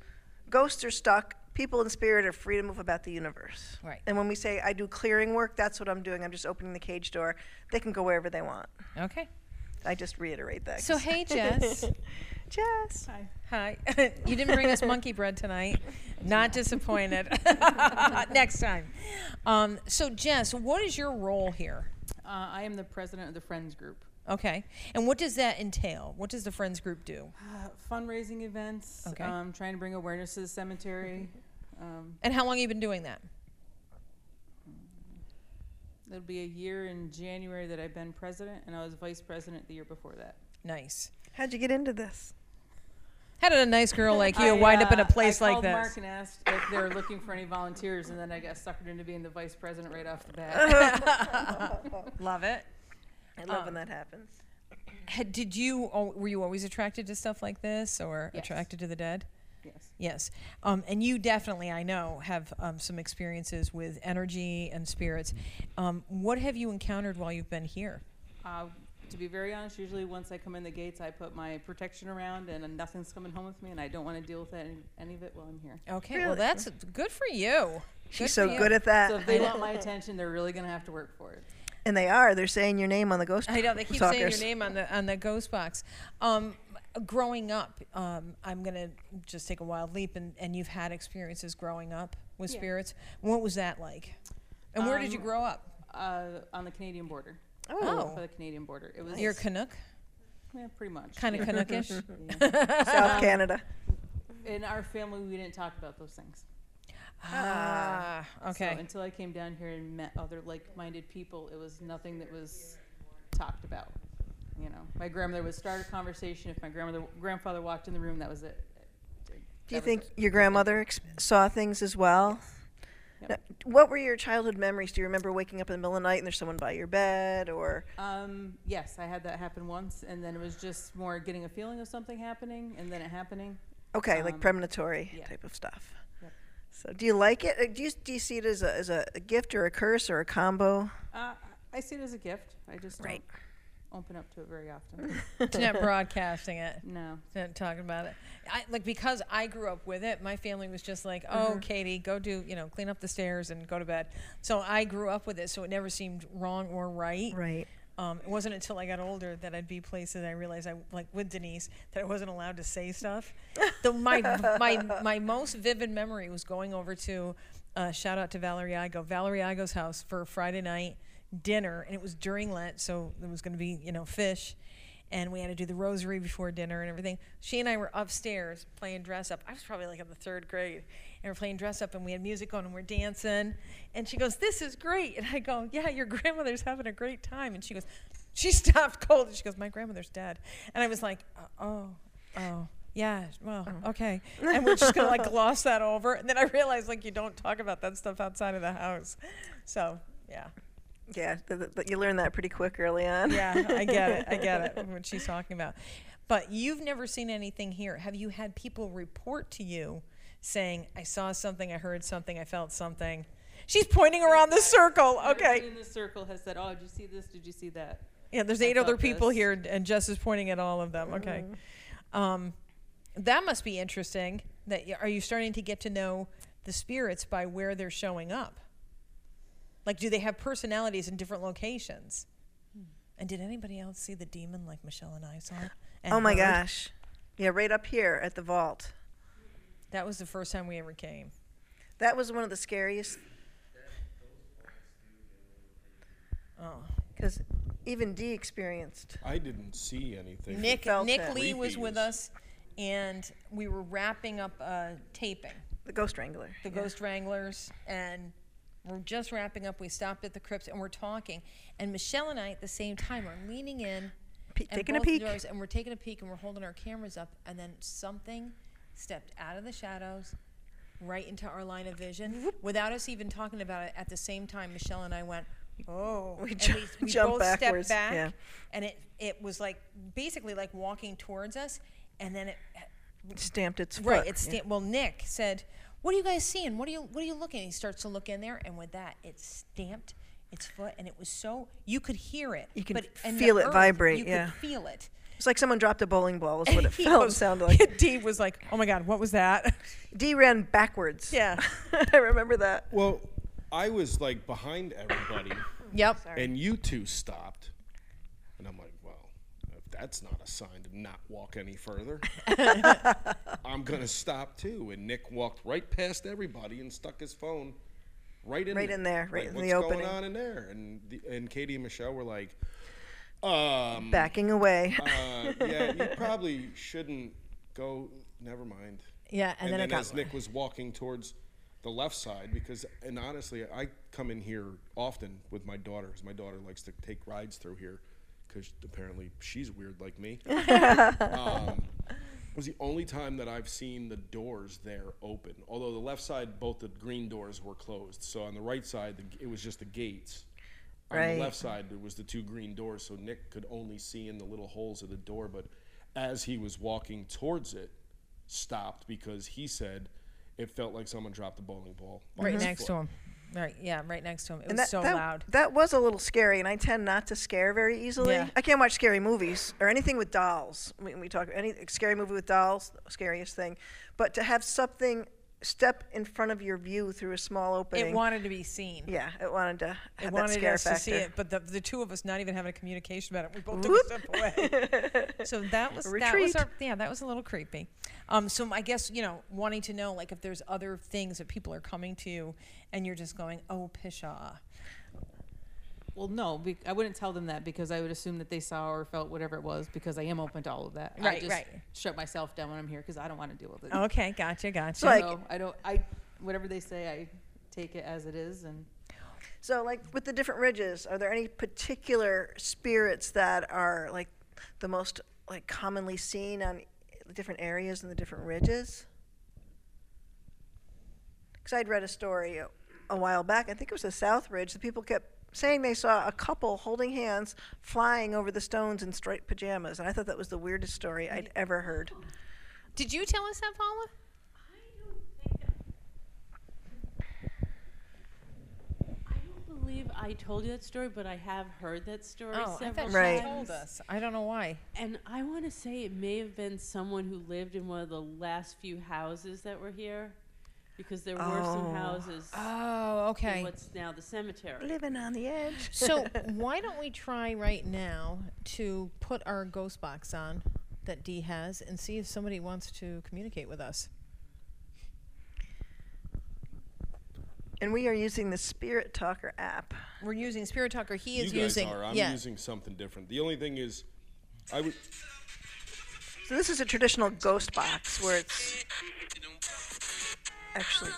Speaker 5: ghosts are stuck. People in spirit are free to move about the universe.
Speaker 2: Right.
Speaker 5: And when we say I do clearing work, that's what I'm doing. I'm just opening the cage door. They can go wherever they want.
Speaker 2: Okay.
Speaker 5: I just reiterate that.
Speaker 2: So
Speaker 5: 'cause-
Speaker 2: hey, Jess.
Speaker 5: Jess. Hi.
Speaker 2: Hi. you didn't bring us monkey bread tonight. Not disappointed. Next time. Um, so Jess, what is your role here?
Speaker 12: Uh, I am the president of the Friends Group.
Speaker 2: Okay. And what does that entail? What does the friends group do?
Speaker 12: Uh, fundraising events,
Speaker 2: Okay.
Speaker 12: um, trying to bring awareness to the cemetery. Um,
Speaker 2: And how long have you been doing that?
Speaker 12: it'll be a year in January that I've been president, and I was vice president the year before that.
Speaker 2: Nice.
Speaker 5: How'd you get into this?
Speaker 2: How did a nice girl like you
Speaker 12: I,
Speaker 2: wind up in
Speaker 12: uh,
Speaker 2: a place
Speaker 12: I
Speaker 2: like
Speaker 12: called
Speaker 2: this?
Speaker 12: Mark and asked if they were looking for any volunteers, and then I got suckered into being the vice president right off the bat.
Speaker 2: Love it.
Speaker 5: I love when
Speaker 2: Um,
Speaker 5: that happens.
Speaker 2: Had, did you al- were you always attracted to stuff like this or attracted to the dead?
Speaker 12: Yes.
Speaker 2: Yes. Um, and you definitely, I know, have um, some experiences with energy and spirits. Um, what have you encountered while you've been here?
Speaker 12: Uh, to be very honest, usually once I come in the gates, I put my protection around, and nothing's coming home with me, and I don't want to deal with any, any of it while I'm here.
Speaker 2: Okay. Well, that's good for you.
Speaker 5: She's
Speaker 12: for
Speaker 5: so
Speaker 12: you.
Speaker 5: good at that.
Speaker 12: So if they want my attention, they're really going to have to work for it.
Speaker 5: And they are. They're saying your name on the ghost.
Speaker 2: I know they keep saying your
Speaker 5: stalkers.
Speaker 2: name on the on the ghost box. Um, growing up, um, I'm gonna just take a wild leap, and, and you've had experiences growing up with
Speaker 12: Yeah.
Speaker 2: spirits. What was that like? And where did you
Speaker 12: Um,
Speaker 2: grow up?
Speaker 12: Uh, on the Canadian border.
Speaker 2: Oh.
Speaker 12: For the Canadian border. It was
Speaker 2: You're a Canuck.
Speaker 12: Yeah, pretty much.
Speaker 2: Kind of
Speaker 12: Yeah.
Speaker 2: Canuckish.
Speaker 12: Yeah.
Speaker 5: South
Speaker 12: Um,
Speaker 5: Canada.
Speaker 12: In our family, we didn't talk about those things.
Speaker 2: Ah,
Speaker 12: So
Speaker 2: okay.
Speaker 12: until I came down here and met other like-minded people, it was nothing that was talked about. You know, my grandmother would start a conversation. If my grandmother, grandfather walked in the room, that was it.
Speaker 5: Do you think your grandmother ex- saw things as well? Now, what were your childhood memories? Do you remember waking up in the middle of the night and there's someone by your bed or
Speaker 12: Um, yes, I had that happen once, and then it was just more getting a feeling of something happening, and then it happening.
Speaker 5: okay, like
Speaker 12: Um,
Speaker 5: premonitory
Speaker 12: yeah.
Speaker 5: type of stuff?
Speaker 12: Yep.
Speaker 5: So, do you like it? Uh, Do you do you see it as a as a, a gift or a curse or a combo?
Speaker 12: Uh, I see it as a gift. I just
Speaker 5: Right.
Speaker 12: don't open up to it very often.
Speaker 2: It's not broadcasting it.
Speaker 12: No.
Speaker 2: It's not talking about it. I, like, because I grew up with it, my family was just like, oh,
Speaker 12: Mhm.
Speaker 2: Katie, go do, you know, clean up the stairs and go to bed. So I grew up with it, so it never seemed wrong or right.
Speaker 5: Right.
Speaker 2: Um, it wasn't until I got older that I'd be places I realized I like with Denise that I wasn't allowed to say stuff. the, my my my most vivid memory was going over to uh, shout out to Valerie Igo, Valerie Igo's house for Friday night dinner, and it was during Lent, so there was going to be you know fish, and we had to do the rosary before dinner and everything. She and I were upstairs playing dress up. I was probably like in the third grade, and we're playing dress up, and we had music on, and we're dancing, and she goes, "This is great," and I go, "Yeah, your grandmother's having a great time," and she goes. She stopped cold and she goes, My grandmother's dead. And I was like, "Uh, Oh, oh, yeah, well, okay. And we're just gonna like gloss that over. And then I realized like you don't talk about that stuff outside of the house. So yeah,
Speaker 5: Yeah, th- th- th- you learn that pretty quick early on.
Speaker 2: yeah, I get it. I get it. What she's talking about. But you've never seen anything here. Have you had people report to you saying, "I saw something, I heard something, I felt something"? She's pointing around the circle. Okay.
Speaker 12: Everyone in the circle has said, "Oh, did you see this? Did you see that?"
Speaker 2: Yeah, there's
Speaker 12: I
Speaker 2: eight other
Speaker 12: felt
Speaker 2: people
Speaker 12: this.
Speaker 2: here, and- and Jess is pointing at all of them. Okay,
Speaker 5: Mm-hmm.
Speaker 2: um, that must be interesting. That y- are you starting to get to know the spirits by where they're showing up? Like, do they have personalities in different locations?
Speaker 5: Hmm.
Speaker 2: And did anybody else see the demon like Michelle and I saw? And uh,
Speaker 5: oh my
Speaker 2: heard?
Speaker 5: gosh. Yeah, right up here at the vault.
Speaker 2: that was the first time we ever came.
Speaker 5: That was one of the scariest
Speaker 2: Oh.
Speaker 5: because even D experienced.
Speaker 3: I didn't see anything.
Speaker 2: Nick
Speaker 5: felt
Speaker 2: Nick
Speaker 5: it.
Speaker 2: Lee was
Speaker 3: Creepy
Speaker 2: with
Speaker 3: as-
Speaker 2: us, and we were wrapping up a taping.
Speaker 5: The Ghost Wrangler.
Speaker 2: The
Speaker 5: yeah.
Speaker 2: Ghost Wranglers, and we're just wrapping up. We stopped at the crypt and we're talking, and Michelle and I at the same time are leaning in, and
Speaker 5: taking a
Speaker 2: both the
Speaker 5: peek.
Speaker 2: doors- and we're taking a peek, and we're holding our cameras up, and then something stepped out of the shadows. Right into our line of vision, without us even talking about it. At the same time, Michelle and I went, "Oh!"
Speaker 5: We
Speaker 2: and
Speaker 5: ju-
Speaker 2: we both
Speaker 5: jumped backwards,
Speaker 2: stepped back,
Speaker 5: yeah.
Speaker 2: and it it was like basically like walking towards us, and then it
Speaker 5: Stamped its
Speaker 2: Right.
Speaker 5: foot,
Speaker 2: It's
Speaker 5: yeah.
Speaker 2: sta- well, Nick said, "What are you guys seeing? What are you What are you looking?" at?" He starts to look in there, and with that, it stamped its foot, and it was so you could hear it.
Speaker 5: You can
Speaker 2: but, and the
Speaker 5: feel it
Speaker 2: earth,
Speaker 5: vibrate,
Speaker 2: You
Speaker 5: yeah.
Speaker 2: could feel it.
Speaker 5: It's like someone dropped a bowling ball. Is what it
Speaker 2: He
Speaker 5: felt and
Speaker 2: goes-
Speaker 5: sounded like.
Speaker 2: D was like, "Oh my God, what was that?"
Speaker 5: D ran backwards.
Speaker 2: Yeah,
Speaker 5: I remember that.
Speaker 3: Well, I was like behind everybody.
Speaker 2: Yep. Sorry.
Speaker 3: And you two stopped, and I'm like, well, if that's not a sign to not walk any further, I'm gonna stop too. And Nick walked right past everybody and stuck his phone right in
Speaker 5: Right
Speaker 3: there.
Speaker 5: in there, right
Speaker 3: Like,
Speaker 5: in
Speaker 3: what's
Speaker 5: the
Speaker 3: going
Speaker 5: opening."
Speaker 3: on in there? And the, and Katie and Michelle were like, um,
Speaker 5: Backing away.
Speaker 3: uh, yeah, you probably shouldn't go. Never mind.
Speaker 2: Yeah, and then it got-
Speaker 3: as Nick was walking towards the left side, because and honestly, I come in here often with my daughter, because my daughter likes to take rides through here, because apparently she's weird like me. um, was the only time that I've seen the doors there open. Although the left side, both the green doors were closed. So on the right side, the, g- it was just the gates. On
Speaker 5: Right.
Speaker 3: the left side, there was the two green doors, so Nick could only see in the little holes of the door. But as he was walking towards it, stopped because he said it felt like someone dropped a bowling ball on
Speaker 2: right
Speaker 3: his
Speaker 2: next to
Speaker 3: foot.
Speaker 2: him. Right. Yeah, right next to him. It
Speaker 5: Mm-hmm. And
Speaker 2: was so
Speaker 5: that,
Speaker 2: loud.
Speaker 5: That was a little scary, and I tend not to scare very easily.
Speaker 2: Yeah.
Speaker 5: I can't watch scary movies or anything with dolls. When we talk any scary movie with dolls, scariest thing. But to have something step in front of your view through a small opening.
Speaker 2: It wanted to be seen.
Speaker 5: Yeah, it wanted to have
Speaker 2: It
Speaker 5: that
Speaker 2: wanted
Speaker 5: scare
Speaker 2: us
Speaker 5: factor.
Speaker 2: to see it, but the, the two of us not even having a communication about it, we both took a step away. so that was that was
Speaker 5: Retreat.
Speaker 2: our, yeah, that was a little creepy. Um, so I guess you know wanting to know like if there's other things that people are coming to you, and you're just going oh pshaw.
Speaker 12: Well, no, be- I wouldn't tell them that because I would assume that they saw or felt whatever it was because I am open to all of that. I
Speaker 2: Right,
Speaker 12: just
Speaker 2: right.
Speaker 12: Shut myself down when I'm here because I don't want to deal with it.
Speaker 2: Okay, gotcha, gotcha.
Speaker 12: So I don't. I whatever they say, I take it as it is, and
Speaker 5: So, like with the different ridges, are there any particular spirits that are like the most like commonly seen on the different areas and the different ridges? Because I'd read a story uh, a while back. I think it was a Southridge. The people kept saying they saw a couple holding hands flying over the stones in striped pajamas, and I thought that was the weirdest story I'd ever heard.
Speaker 2: Did you tell us that, Paula?
Speaker 4: I believe I told you that story, but I have heard that story
Speaker 2: Oh, I
Speaker 4: several
Speaker 2: thought
Speaker 4: times.
Speaker 2: she told us. I don't know why.
Speaker 4: And I want to say it may have been someone who lived in one of the last few houses that were here, because there were
Speaker 2: Oh.
Speaker 4: some houses.
Speaker 2: Oh, okay.
Speaker 4: In what's now the cemetery?
Speaker 5: Living on the edge.
Speaker 2: So why don't we try right now to put our ghost box on that Dee has and see if somebody wants to communicate with us.
Speaker 5: And we are using the Spirit Talker app.
Speaker 2: We're using Spirit Talker. He
Speaker 3: you
Speaker 2: is
Speaker 3: guys
Speaker 2: using.
Speaker 3: are. I'm
Speaker 2: yeah.
Speaker 3: using something different. The only thing is, I would.
Speaker 5: So this is a traditional ghost box where it's actually.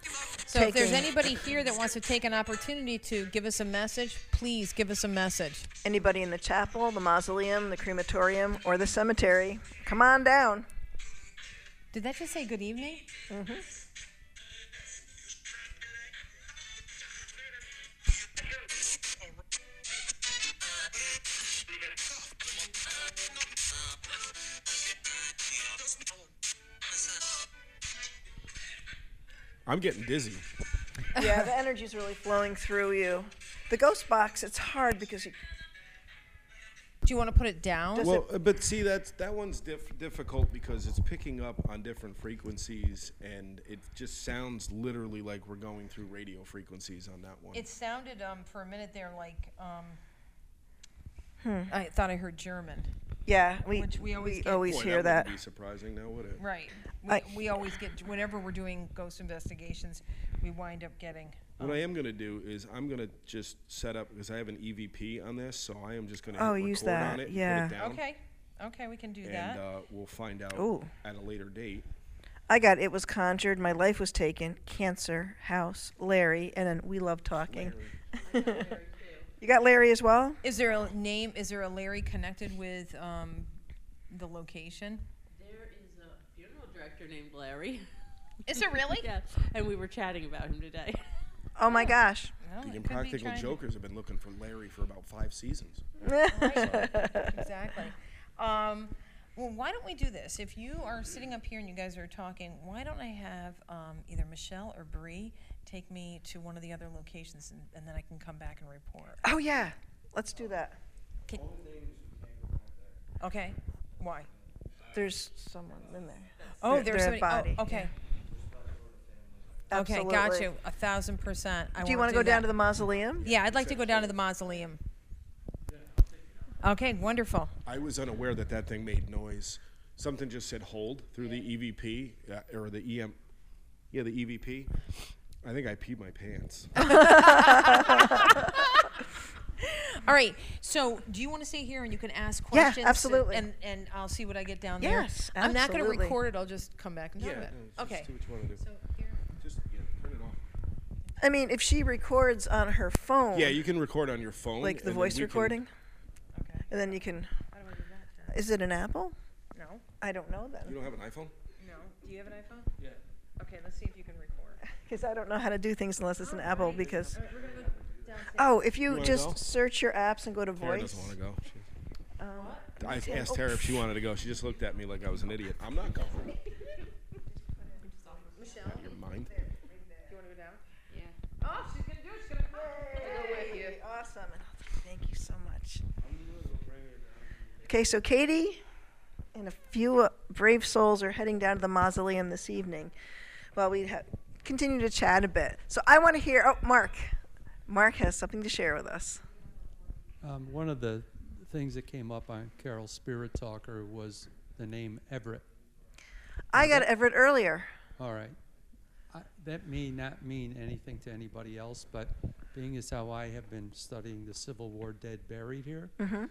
Speaker 2: so if there's
Speaker 5: taking-
Speaker 2: anybody here that wants to take an opportunity to give us a message, please give us a message.
Speaker 5: Anybody in the chapel, the mausoleum, the crematorium, or the cemetery, come on down.
Speaker 2: Did that just say good evening? Mm-hmm.
Speaker 3: I'm getting dizzy.
Speaker 5: yeah, the energy's really flowing through you. The ghost box, it's hard because you,
Speaker 2: Do you want to put it down?
Speaker 3: well, uh, but see that's that one's diff- difficult because it's picking up on different frequencies, and it just sounds literally like we're going through radio frequencies on that one.
Speaker 2: It sounded um, for a minute there like um, I thought I heard German.
Speaker 5: hmm. yeah, we
Speaker 2: Which we always get.
Speaker 5: always
Speaker 3: Boy,
Speaker 5: hear
Speaker 3: that.
Speaker 5: that.
Speaker 3: Wouldn't be surprising now, would it?
Speaker 2: Right. We,
Speaker 5: I-
Speaker 2: we always get whenever we're doing ghost investigations, we wind up getting.
Speaker 3: What I
Speaker 5: Um,
Speaker 3: am going to do is I'm going to just set up because I have an EVP on this, so I am just going to
Speaker 5: Oh,
Speaker 3: hit
Speaker 5: use
Speaker 3: record
Speaker 5: that,
Speaker 3: on it, put it
Speaker 5: yeah.
Speaker 3: down,
Speaker 2: Okay. Okay, we can do that.
Speaker 3: and uh, we'll find out
Speaker 5: Ooh.
Speaker 3: at a later date.
Speaker 5: I got it was conjured, my life was taken, cancer, house, Larry, and then we love talking. you got Larry as well?
Speaker 2: Is there a name? Is there a Larry connected with um, the location?
Speaker 4: There is a funeral director named Larry.
Speaker 2: Is there really?
Speaker 4: yeah. And we were chatting about him today.
Speaker 5: Oh my gosh.
Speaker 3: the Impractical Jokers have been looking for Larry for about five seasons.
Speaker 2: exactly. Um, well, why don't we do this? If you are sitting up here and you guys are talking, why don't I have um, either Michelle or Bree take me to one of the other locations and, and then I can come back and report?
Speaker 5: Oh yeah. Let's do that.
Speaker 2: Okay. Why?
Speaker 5: There's someone in there.
Speaker 2: Oh,
Speaker 5: Their-
Speaker 2: there's
Speaker 5: their
Speaker 2: somebody.
Speaker 5: body.
Speaker 2: Oh, okay. Okay, got
Speaker 5: Absolutely.
Speaker 2: you. A thousand percent. I
Speaker 5: do you
Speaker 2: want
Speaker 5: want to go down to the
Speaker 2: that.
Speaker 5: mausoleum?
Speaker 2: Yeah, I'd like to go down to the mausoleum. Okay, wonderful.
Speaker 3: I was unaware that that thing made noise. Something just said hold through the EVP uh, or the EM. Yeah, the EVP. I think I peed my pants.
Speaker 2: All right. So, do you want to stay here and you can ask
Speaker 5: Yeah,
Speaker 2: questions? and-
Speaker 5: absolutely.
Speaker 2: And, and I'll see what I get down there.
Speaker 5: Yes,
Speaker 2: I'm not going to
Speaker 5: absolutely.
Speaker 2: record it. I'll just come back and talk about it.
Speaker 3: no,
Speaker 2: okay.
Speaker 3: Just do what you want to do. Just yeah, turn it off.
Speaker 5: I mean, if she records on her phone.
Speaker 3: Yeah, you can record on your phone.
Speaker 5: Like
Speaker 3: and
Speaker 5: the
Speaker 3: then we
Speaker 5: voice
Speaker 3: can-
Speaker 5: recording. Okay. And then you can. Is it an Apple?
Speaker 2: No.
Speaker 5: I don't know then.
Speaker 3: You don't have an iPhone?
Speaker 2: No. Do you have an iPhone? Yeah. Okay, let's see if you can record.
Speaker 5: Because I don't know how to do things unless it's an Apple. Because
Speaker 2: All Oh, right, we're going to go downstairs.
Speaker 5: oh, if you,
Speaker 3: wanna
Speaker 5: just
Speaker 3: go?
Speaker 5: search your apps and go to
Speaker 3: Tara
Speaker 5: voice.
Speaker 3: doesn't want to go. She-
Speaker 5: Um,
Speaker 3: I
Speaker 5: okay.
Speaker 3: asked
Speaker 5: Oh,
Speaker 3: Tara if she wanted to go. She just looked at me like I was an idiot. I'm not going.
Speaker 2: Michelle,
Speaker 3: Out of your mind.
Speaker 2: you want to go down?
Speaker 6: Yeah.
Speaker 2: Oh, she's going to do it. She's going to
Speaker 5: Yay, Awesome. Thank you so much. Okay, so Katie and a few uh, brave souls are heading down to the mausoleum this evening while we ha- continue to chat a bit. So I want to hear. Oh, Mark. Mark has something to share with us.
Speaker 8: Um, one of the things that came up on Carol's Spirit Talker was the name Everett.
Speaker 5: I got Everett earlier.
Speaker 8: All right. I, that may not mean anything to
Speaker 2: Mm-hmm.
Speaker 8: anybody else, but being as how I have been studying the Civil War dead buried here,
Speaker 5: Mhm.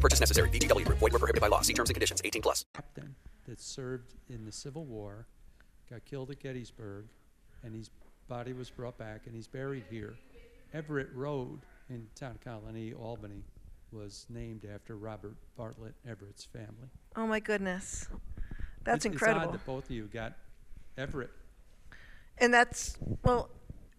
Speaker 7: purchase necessary. VGW Group. Void were prohibited by law. See terms and conditions. 18 plus.
Speaker 8: captain that served in the Civil War, got killed at Gettysburg, and his body was brought back and he's buried here. Everett Road in Town Colony, Albany, was named after Robert Bartlett Everett's family.
Speaker 5: Oh my goodness, that's
Speaker 8: It's- It's
Speaker 5: incredible.
Speaker 8: odd that both of you got Everett.
Speaker 5: And that's, well,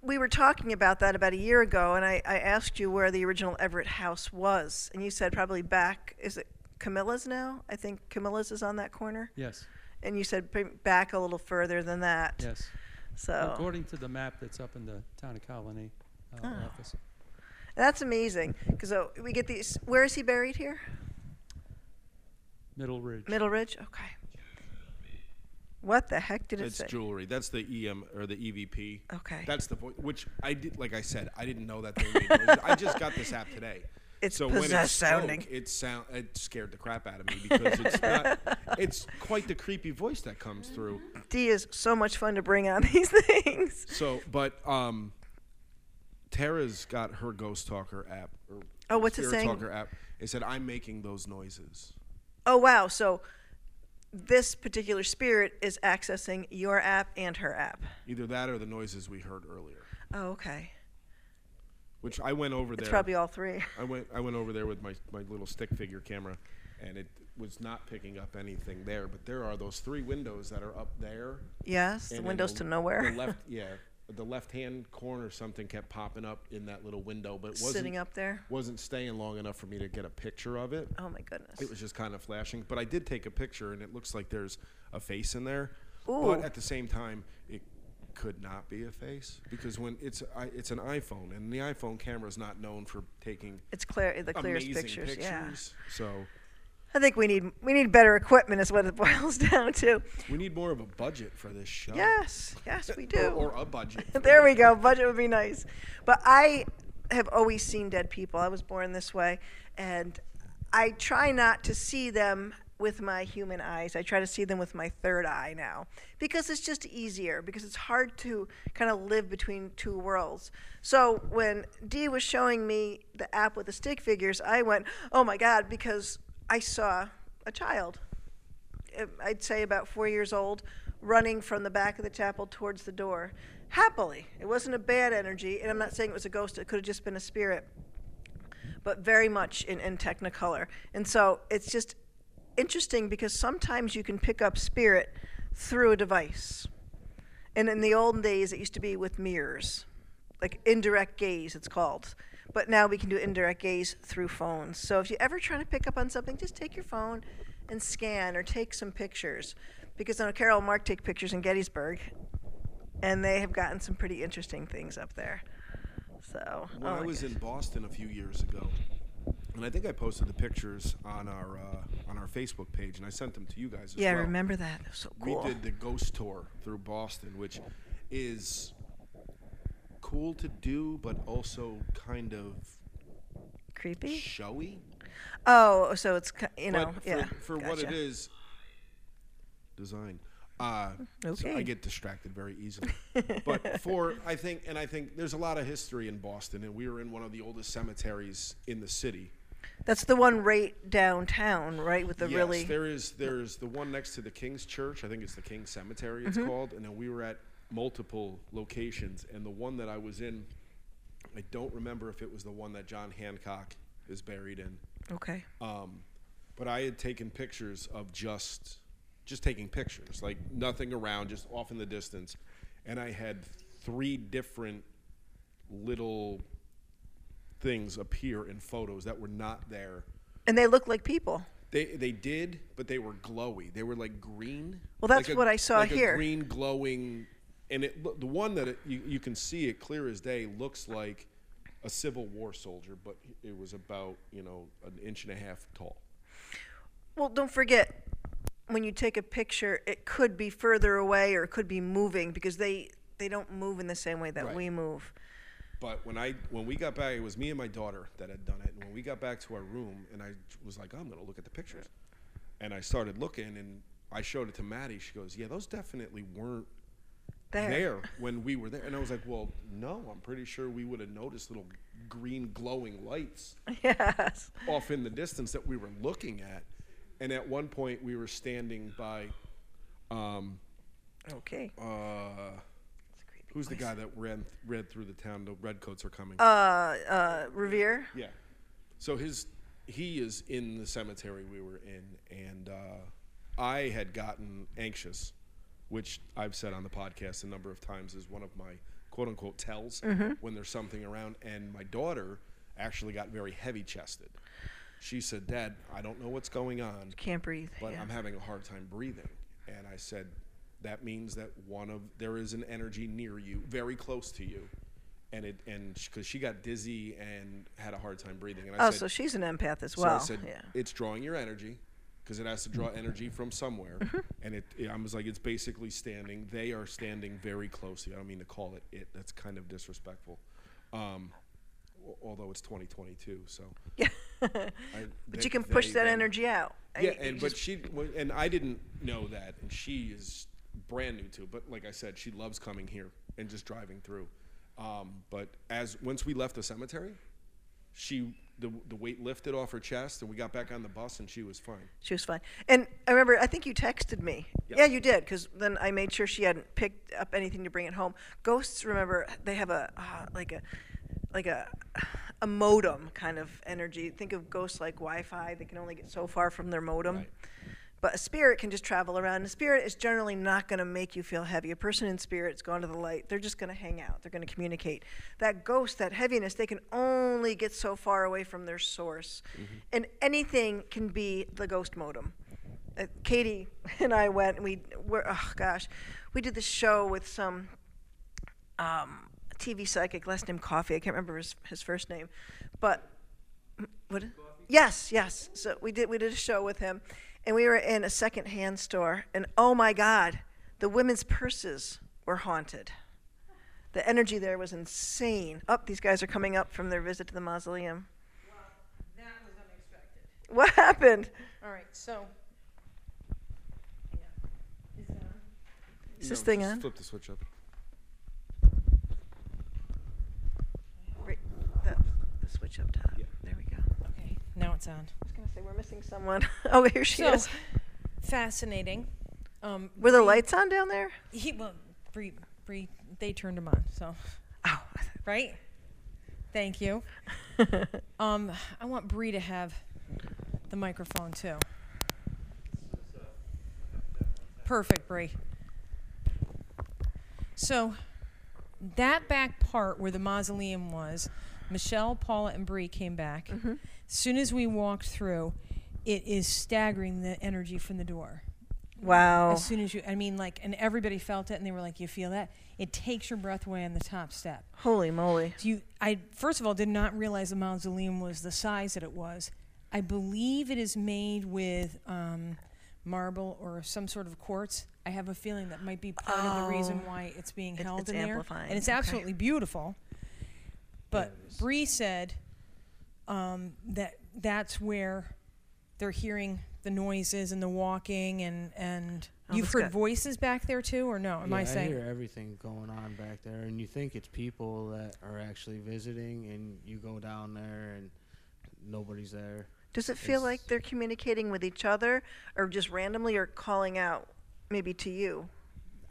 Speaker 5: we were talking about that about a year ago, and I, I asked you where the original Everett house was, and you said probably back, is it Camilla's now? I think Camilla's is on that corner.
Speaker 8: Yes.
Speaker 5: And you said bring back a little further than that.
Speaker 8: Yes.
Speaker 5: So
Speaker 8: According to the map that's up in the Town of Colony uh,
Speaker 5: Oh.
Speaker 8: office.
Speaker 5: that's amazing because we get these. Where is he buried here?
Speaker 8: Middle Ridge.
Speaker 5: Middle Ridge? Okay. What the heck did it
Speaker 3: it's
Speaker 5: say?
Speaker 3: jewelry. That's the EM or the EVP.
Speaker 5: Okay.
Speaker 3: That's the point. Which I did, like I said, I didn't know that they made noises. I just got this app today.
Speaker 5: It's
Speaker 3: so when it
Speaker 5: possessed
Speaker 3: spoke,
Speaker 5: sounding.
Speaker 3: It sound it scared the crap out of me because it's not. It's quite the creepy voice that comes through.
Speaker 5: D is so much fun to bring on these things.
Speaker 3: So, but um, Tara's got her Ghost Talker app. Or
Speaker 5: Oh, what's it
Speaker 3: Spirit
Speaker 5: saying?
Speaker 3: Talker app. It said I'm making those noises.
Speaker 5: Oh wow! So this particular spirit is accessing your app and her app.
Speaker 3: Either that or the noises we heard earlier.
Speaker 5: Oh okay.
Speaker 3: which I went over
Speaker 5: It's
Speaker 3: there.
Speaker 5: probably all three.
Speaker 3: I went I went over there with my, my little stick figure camera, and it was not picking up anything there. But there are those three windows that are up there.
Speaker 5: Yes, the
Speaker 3: and in
Speaker 5: windows to nowhere.
Speaker 3: The left, yeah, the left hand corner something kept popping up in that little window, but it wasn't
Speaker 5: Sitting up there?
Speaker 3: Wasn't staying long enough for me to get a picture of it.
Speaker 5: Oh my goodness!
Speaker 3: It was just kind of flashing, but I did take a picture, and it looks like there's a face in there.
Speaker 5: Ooh.
Speaker 3: But at the same time, it could not be a face because when it's I- it's an iPhone, and the iPhone camera is not known for taking
Speaker 5: It's clear the clearest
Speaker 3: amazing
Speaker 5: pictures, yeah.
Speaker 3: So
Speaker 5: I think we need we need better equipment is what it boils down to.
Speaker 3: we need more of a budget for this show.
Speaker 5: Yes, yes, we do.
Speaker 3: or, or a budget.
Speaker 5: there we go. Budget would be nice. But I have always seen dead people. I was born this way, and I try not to see them with my human eyes. I try to see them with my third eye now because it's just easier because it's hard to kind of live between two worlds. So when Dee was showing me the app with the stick figures, I went, "Oh my god!" because I saw a child uh, I'd say about four years old, running from the back of the chapel towards the door. Happily, it wasn't a bad energy, and I'm not saying it was a ghost, it could have just been a spirit, but very much in, in technicolor. And so it's just interesting because sometimes you can pick up spirit through a device. And in the olden days, it used to be with mirrors, like indirect gaze, it's called. But now we can do indirect gaze through phones. So if you're ever trying to pick up on something, just take your phone and scan or take some pictures. Because I know Carol and Mark take pictures in Gettysburg, and they have gotten some pretty interesting things up there. So,
Speaker 3: when
Speaker 5: oh
Speaker 3: I
Speaker 5: my
Speaker 3: was in Boston a few years ago, and I think I posted the pictures on our uh, on our Facebook page, and I sent them to you guys. As
Speaker 5: Yeah, I
Speaker 3: well.
Speaker 5: remember that. It was so cool.
Speaker 3: We did the ghost tour through Boston, which is cool to do, but also kind of
Speaker 5: creepy,
Speaker 3: showy.
Speaker 5: Oh, so it's ki- you know,
Speaker 3: But for,
Speaker 5: yeah.
Speaker 3: For what it
Speaker 5: gotcha.
Speaker 3: is, design. Uh, so I
Speaker 5: Okay.
Speaker 3: get distracted very easily. but for I think, and I think there's a lot of history in Boston, and we were in one of the oldest cemeteries in the city.
Speaker 5: That's the one right downtown, right with the
Speaker 3: yes,
Speaker 5: really.
Speaker 3: there is there is the one next to the King's Church. I think it's the King's Cemetery. It's
Speaker 5: Mhm.
Speaker 3: called. And then we were at multiple locations, and the one that I was in, I don't remember if it was the one that John Hancock is buried in.
Speaker 5: Okay.
Speaker 3: Um, but I had taken pictures of just just taking pictures, like nothing around, just off in the distance, and I had three different little things appear in photos that were not there
Speaker 5: And they look like people.
Speaker 3: they they did, but they were glowy. They were like green.
Speaker 5: Well, that's
Speaker 3: Like a-
Speaker 5: what I saw
Speaker 3: like a
Speaker 5: here.
Speaker 3: green glowing, and it lo- the one that it, you you can see it clear as day looks like a Civil War soldier, but it was about you know an inch and a half tall.
Speaker 5: Well, don't forget, when you take a picture, it could be further away or it could be moving because they, they don't move in the same way that
Speaker 3: Right.
Speaker 5: we move.
Speaker 3: But when I when we got back, it was me and my daughter that had done it. And when we got back to our room, and I was like, I'm gonna look at the pictures, and I started looking, and I showed it to Maddie. She goes, Yeah, those definitely weren't
Speaker 5: There.
Speaker 3: when we were there. And I was like, Well, no, I'm pretty sure we would have noticed little green glowing lights
Speaker 5: yes.
Speaker 3: off in the distance that we were looking at. And at one point, we were standing by. Um,
Speaker 5: okay.
Speaker 3: Uh, who's the guy that ran read through the town? The redcoats are coming.
Speaker 5: Uh, uh, Revere.
Speaker 3: Yeah. So his he is in the cemetery we were in, and uh, I had gotten anxious, which I've said on the podcast a number of times is one of my quote unquote tells
Speaker 5: Mhm.
Speaker 3: when there's something around. And my daughter actually got very heavy chested. She said, "Dad, I don't know what's going on.
Speaker 5: Can't breathe,
Speaker 3: But
Speaker 5: yeah.
Speaker 3: I'm having a hard time breathing." And I said, "That means that one of there is an energy near you, very close to you." And it and because she got dizzy and had a hard time breathing. And I
Speaker 5: Oh,
Speaker 3: said-
Speaker 5: so she's an empath as
Speaker 3: so I
Speaker 5: well,
Speaker 3: said,
Speaker 5: yeah. Mm-hmm.
Speaker 3: "It's drawing your energy." Because it has to draw energy from somewhere, and it, I was like, it's basically standing. They are standing very closely. I don't mean to call it it. That's kind of disrespectful, um, al- although it's 2022. So yeah,
Speaker 5: But you can push that energy out. I-
Speaker 3: yeah,
Speaker 5: you
Speaker 3: and
Speaker 5: just-
Speaker 3: but she w- and I didn't know that, and she is brand new to. it, But like I said, she loves coming here and just driving through. Um, but as once we left the cemetery, she the the weight lifted off her chest, and we got back on the bus, and she was fine.
Speaker 5: She was fine. And I remember, I think you texted me.
Speaker 3: Yeah.
Speaker 5: Yeah, you did, because then I made sure she hadn't picked up anything to bring it home. Ghosts, remember, they have a uh, like a like a a modem kind of energy. Think of ghosts like Wi-Fi; they can only get so far from their modem. But a spirit can just travel around. A spirit is generally not going to make you feel heavy. A person in spirit's gone to the light. They're just going to hang out. They're going to communicate. That ghost, that heaviness, they can only get so far away from their source. And anything can be the ghost modem. Uh, Katie and I went, and we were, oh gosh, we did this show with some um, TV psychic, last name Coffee. I can't remember his, his first name, but what? Yes, yes. So we did we did a show with him, and we were in a secondhand store, and oh my God, the women's purses were haunted. The energy there was insane. Up, these guys are coming up from their visit to the mausoleum. What happened?
Speaker 2: All right, so
Speaker 5: Is this thing
Speaker 3: just
Speaker 5: on?
Speaker 3: Flip the switch up.
Speaker 5: Right, the, the switch up top. There we go.
Speaker 2: Okay, now it's on.
Speaker 5: I was gonna say we're missing someone. oh, here she
Speaker 2: So,
Speaker 5: is.
Speaker 2: Fascinating. Um,
Speaker 5: Were the
Speaker 2: Bree-
Speaker 5: lights on down there?
Speaker 2: He well, Bree, Bree, they turned them on. So, right. Thank you. um, I want Bree to have the microphone too. Perfect, Bree. So, that back part where the mausoleum was, Michelle, Paula, and Bree came back. As soon as we walked through, it is staggering the energy from the door.
Speaker 5: Wow.
Speaker 2: As soon as you, I mean, like, and everybody felt it, and they were like, "You feel that? It takes your breath away on the top step."
Speaker 5: Holy moly.
Speaker 2: Do you? I first of all did not realize the mausoleum was the size that it was. I believe it is made with um, marble or some sort of quartz. I have a feeling that might be part of the reason
Speaker 5: Oh.
Speaker 2: why it's being
Speaker 5: It's-
Speaker 2: held
Speaker 5: it's
Speaker 2: in there,
Speaker 5: amplifying.
Speaker 2: and it's
Speaker 5: Okay.
Speaker 2: absolutely beautiful. But Bree said um, that that's where they're hearing the noises and the walking and and
Speaker 13: Oh,
Speaker 2: you've
Speaker 13: that's
Speaker 2: heard
Speaker 13: good.
Speaker 2: voices back there too, or no? Am
Speaker 13: yeah,
Speaker 2: I saying?
Speaker 13: hear everything going on back there, and you think it's people that are actually visiting, and you go down there and nobody's there.
Speaker 5: Does it feel
Speaker 13: It's-
Speaker 5: like they're communicating with each other or just randomly or calling out maybe to you?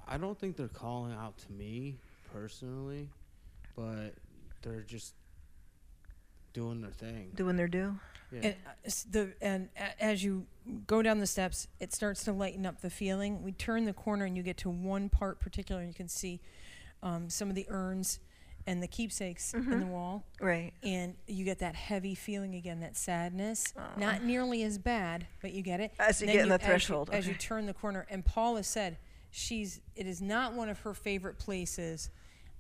Speaker 13: I don't think they're calling out to me personally, but they're just doing their thing.
Speaker 5: Doing their due?
Speaker 13: Yeah.
Speaker 2: And, uh, s- the, and a- as you go down the steps, it starts to lighten up the feeling. We turn the corner and you get to one part particular, and you can see um, some of the urns and the keepsakes in the
Speaker 5: Mhm.
Speaker 2: wall.
Speaker 5: Right.
Speaker 2: And you get that heavy feeling again, that sadness. Not nearly as bad, but you get it.
Speaker 5: As you
Speaker 2: Then
Speaker 5: get in the
Speaker 2: as you-
Speaker 5: threshold,
Speaker 2: as you
Speaker 5: okay.
Speaker 2: turn the corner, and Paula said she's. It is not one of her favorite places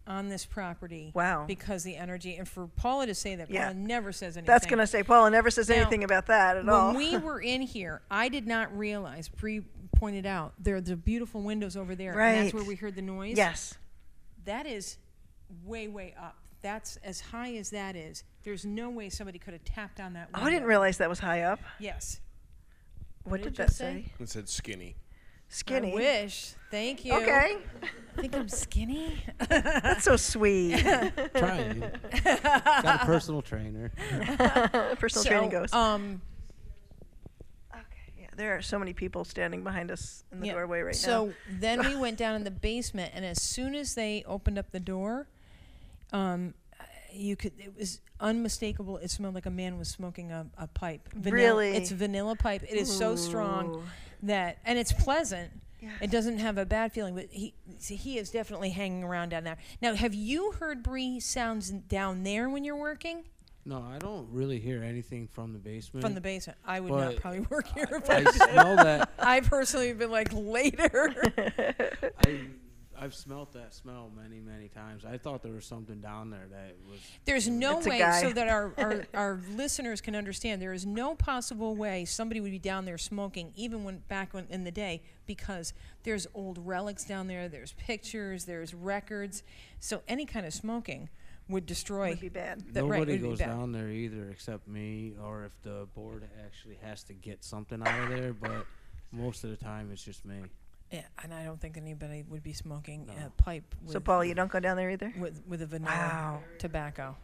Speaker 2: on this property.
Speaker 5: Wow.
Speaker 2: Because the energy, and for Paula to say that,
Speaker 5: Yeah.
Speaker 2: Paula never says anything.
Speaker 5: That's gonna say Paula never says
Speaker 2: Now,
Speaker 5: anything about that at
Speaker 2: when
Speaker 5: all.
Speaker 2: we were in here, I did not realize. Bree pointed out there the beautiful windows over there, and that's
Speaker 5: Right.
Speaker 2: where we heard the noise.
Speaker 5: Yes.
Speaker 2: That is way, way up. That's as high as that is. There's no way somebody could have tapped on that.
Speaker 5: Oh,
Speaker 2: Window.
Speaker 5: I didn't realize that was high up.
Speaker 2: Yes. did
Speaker 5: What, did,
Speaker 2: you
Speaker 5: that
Speaker 2: say?
Speaker 5: say?
Speaker 3: It said skinny.
Speaker 5: Skinny.
Speaker 2: I wish. Thank you.
Speaker 5: Okay.
Speaker 2: I think I'm skinny.
Speaker 5: That's so sweet.
Speaker 13: Trying. Got a personal trainer.
Speaker 5: Personal training
Speaker 2: So,
Speaker 5: goes.
Speaker 2: Um,
Speaker 5: Yeah, there are so many people standing behind us in the
Speaker 2: Yeah.
Speaker 5: doorway right
Speaker 2: so
Speaker 5: now.
Speaker 2: then we went down in the basement, and as soon as they opened up the door, um, you could it was unmistakable. It smelled like a man was smoking a, a pipe. Vanilla,
Speaker 5: Really?
Speaker 2: it's vanilla pipe. It is so
Speaker 5: Ooh.
Speaker 2: strong that, and it's pleasant. It doesn't have a bad feeling, but he see, he is definitely hanging around down there. Now, have you heard Bree sounds down there when you're working
Speaker 13: No, I don't really hear anything from the basement.
Speaker 2: from the basement? I would not
Speaker 13: Mm. but
Speaker 2: probably work here. if
Speaker 13: I
Speaker 2: did.
Speaker 13: smell that.
Speaker 2: I personally have been like later.
Speaker 13: I, I've smelt that smell many, many times. I thought there was something down there that was.
Speaker 2: There's no
Speaker 13: It's a
Speaker 2: way,
Speaker 13: guy.
Speaker 2: so that our, our, our listeners can understand, there is no possible way somebody would be down there smoking, even when back when, in the day, because there's old relics down there, there's pictures, there's records. So any kind of smoking would destroy.
Speaker 5: Would be bad.
Speaker 2: the- right,
Speaker 13: Nobody
Speaker 2: would be
Speaker 13: goes
Speaker 2: bad.
Speaker 13: down there either, except me, or if the board actually has to get something out of there. But most of the time, it's just me.
Speaker 2: Yeah, and I don't think anybody would be smoking a pipe. With,
Speaker 5: So, Paula, you don't go down there either?
Speaker 2: With, with a vanilla
Speaker 5: Wow.
Speaker 2: tobacco.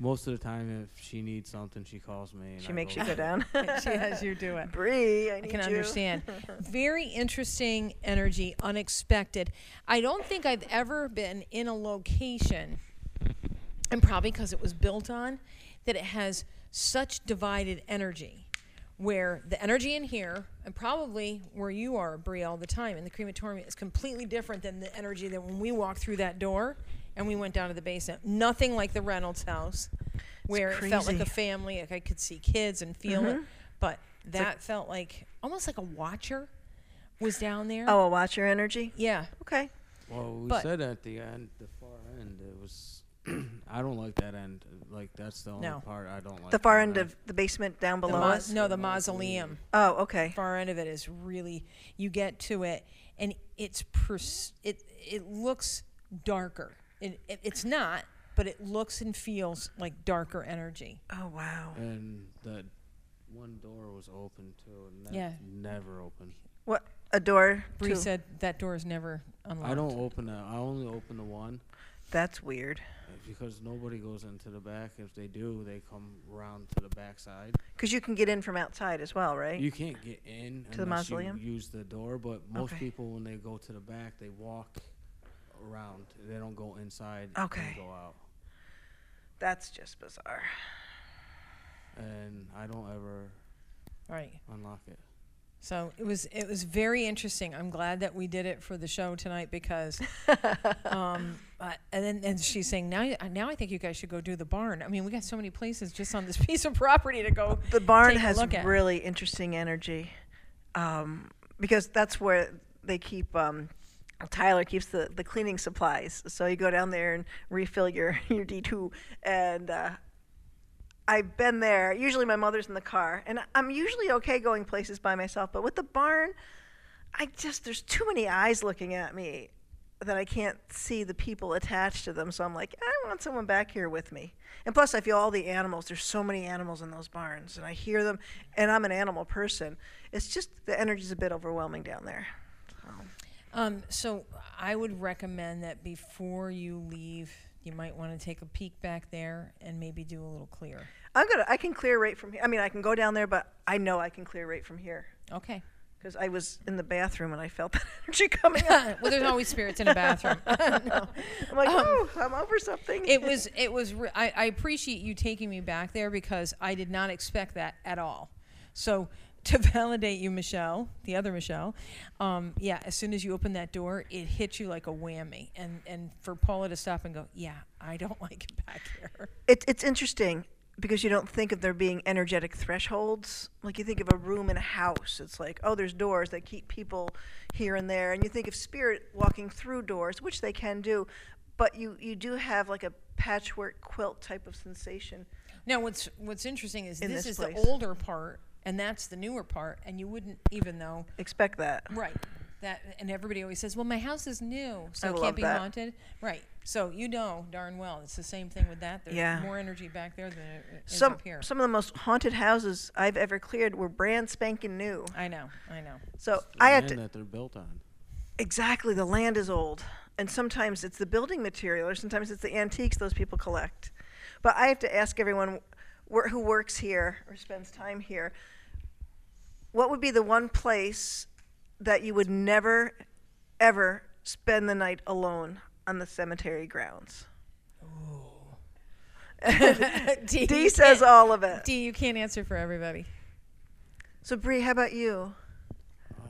Speaker 13: Most of the time, if she needs something, she calls me. And
Speaker 5: She
Speaker 13: I
Speaker 5: makes
Speaker 13: go
Speaker 5: you go
Speaker 13: get it.
Speaker 5: down.
Speaker 2: she has you do it.
Speaker 5: Bree, I,
Speaker 2: I
Speaker 5: need
Speaker 2: can
Speaker 5: you.
Speaker 2: understand. Very interesting energy, unexpected. I don't think I've ever been in a location, and probably because it was built on, that it has such divided energy. Where the energy in here, and probably where you are, Brie, all the time in the crematorium, is completely different than the energy that when we walked through that door and we went down to the basement. Nothing like the Reynolds house, where it felt like a
Speaker 5: crazy.
Speaker 2: family. Like I could see kids and feel it,
Speaker 5: Mhm.
Speaker 2: but
Speaker 5: It's like-
Speaker 2: that felt like almost like a watcher was down there.
Speaker 5: Oh, a watcher energy?
Speaker 2: yeah.
Speaker 5: Okay.
Speaker 13: Well, we
Speaker 2: But-
Speaker 13: said at the end, the far end, it was. I don't like that end. Like that's the only
Speaker 2: No.
Speaker 13: part I don't like.
Speaker 5: The far
Speaker 13: down
Speaker 5: end
Speaker 13: there.
Speaker 5: of the basement down below
Speaker 2: the mo-
Speaker 5: us?
Speaker 2: No, the mausoleum.
Speaker 5: Oh, okay.
Speaker 2: Far end of it is really you get to it, and it's pers- it it looks darker. It, it it's not, but it looks and feels like darker energy.
Speaker 5: Oh wow.
Speaker 13: And the one door was open too, and that's
Speaker 2: Yeah.
Speaker 13: never open.
Speaker 5: What? A door?
Speaker 2: Bree
Speaker 5: to-
Speaker 2: said that door is never unlocked.
Speaker 13: I don't open that. I only open the one.
Speaker 5: That's weird.
Speaker 13: uh, Because nobody goes into the back. If they do, they come around to the back side.
Speaker 5: Because you can get in from outside as well, right?
Speaker 13: You can't get in
Speaker 5: To the
Speaker 13: unless you
Speaker 5: mausoleum?
Speaker 13: use the door. But most
Speaker 5: Okay.
Speaker 13: people, when they go to the back, they walk around. They don't go inside.
Speaker 5: Okay.
Speaker 13: And go out.
Speaker 5: That's just bizarre.
Speaker 13: And I don't ever
Speaker 2: Right.
Speaker 13: unlock it.
Speaker 2: So it was it was very interesting. I'm glad that we did it for the show tonight because, um, I and then and she's saying now I- now I think you guys should go do the barn. I mean we got so many places just on this piece of property to go.
Speaker 5: The barn
Speaker 2: take a
Speaker 5: has
Speaker 2: look at.
Speaker 5: really interesting energy, um, because that's where they keep. Um, Tyler keeps the, the cleaning supplies, so you go down there and refill your your D two. And uh, I've been there. Usually, my mother's in the car, and I'm usually okay going places by myself. But with the barn, I just there's too many eyes looking at me that I can't see the people attached to them. So I'm like, I want someone back here with me. And plus, I feel all the animals. There's so many animals in those barns, and I hear them. And I'm an animal person. It's just the energy's a bit overwhelming down there.
Speaker 2: Um, so I would recommend that before you leave, you might want to take a peek back there and maybe do a little clear.
Speaker 5: I'm gonna. I can clear right from here. I mean, I can go down there, but I know I can clear right from here.
Speaker 2: Okay.
Speaker 5: Because I was in the bathroom and I felt that energy coming up.
Speaker 2: Well, there's always spirits in a bathroom. No.
Speaker 5: I'm like,
Speaker 2: Um,
Speaker 5: oh, I'm over something.
Speaker 2: It was it was re- I, I appreciate you taking me back there because I did not expect that at all. So to validate you, Michelle, the other Michelle, um, yeah, as soon as you open that door, it hit you like a whammy, and and for Paula to stop and go, yeah, I don't like it back here.
Speaker 5: It, it's interesting because you don't think of there being energetic thresholds. Like you think of a room in a house. It's like, oh, there's doors that keep people here and there. And you think of spirit walking through doors, which they can do. but you you do have like a patchwork quilt type of sensation.
Speaker 2: Now, what's what's interesting is
Speaker 5: In
Speaker 2: this,
Speaker 5: this
Speaker 2: is
Speaker 5: place.
Speaker 2: the older part, and that's the newer part, and you wouldn't even know
Speaker 5: expect that.
Speaker 2: Right. That and everybody always says, "Well, my house is new, so
Speaker 5: I
Speaker 2: it
Speaker 5: love
Speaker 2: can't be
Speaker 5: that.
Speaker 2: haunted." Right. So you know darn well it's the same thing with that. There's
Speaker 5: Yeah.
Speaker 2: more energy back there than there is
Speaker 5: Some
Speaker 2: up here.
Speaker 5: some of the most haunted houses I've ever cleared were brand spanking new.
Speaker 2: I know. I know.
Speaker 5: So
Speaker 13: It's the
Speaker 5: I had
Speaker 13: land
Speaker 5: to
Speaker 13: that they're built on.
Speaker 5: Exactly. The land is old. And sometimes it's the building material, or sometimes it's the antiques those people collect. But I have to ask everyone wh- who works here or spends time here what would be the one place that you would never, ever spend the night alone on the cemetery grounds?
Speaker 2: you
Speaker 5: D, says
Speaker 2: can't-
Speaker 5: all of it.
Speaker 2: D, you can't answer for everybody.
Speaker 5: So, Bree, how about you?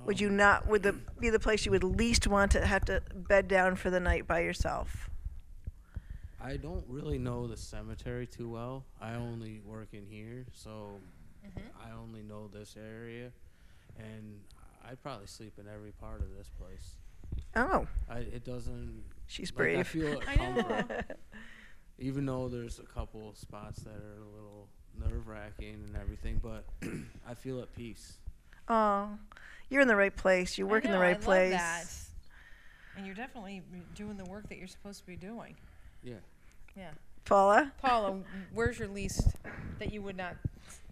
Speaker 5: Would you not, would the, be the place you would least want to have to bed down for the night by yourself?
Speaker 13: I don't really know the cemetery too well. I only work in here, so
Speaker 5: Mm-hmm.
Speaker 13: I only know this area, and I'd probably sleep in every part of this place.
Speaker 5: Oh.
Speaker 13: I, it doesn't.
Speaker 5: She's
Speaker 13: like, I
Speaker 5: brave.
Speaker 13: feel a
Speaker 5: I know.
Speaker 13: comfort, even though there's a couple spots that are a little nerve wracking and everything, but I feel at peace.
Speaker 5: Oh, you're in the right place. You
Speaker 2: I
Speaker 5: work in the
Speaker 2: know,
Speaker 5: right
Speaker 2: I love
Speaker 5: place.
Speaker 2: that. And you're definitely doing the work that you're supposed to be doing.
Speaker 13: Yeah.
Speaker 2: Yeah.
Speaker 5: Paula?
Speaker 2: Paula, where's your least that you would not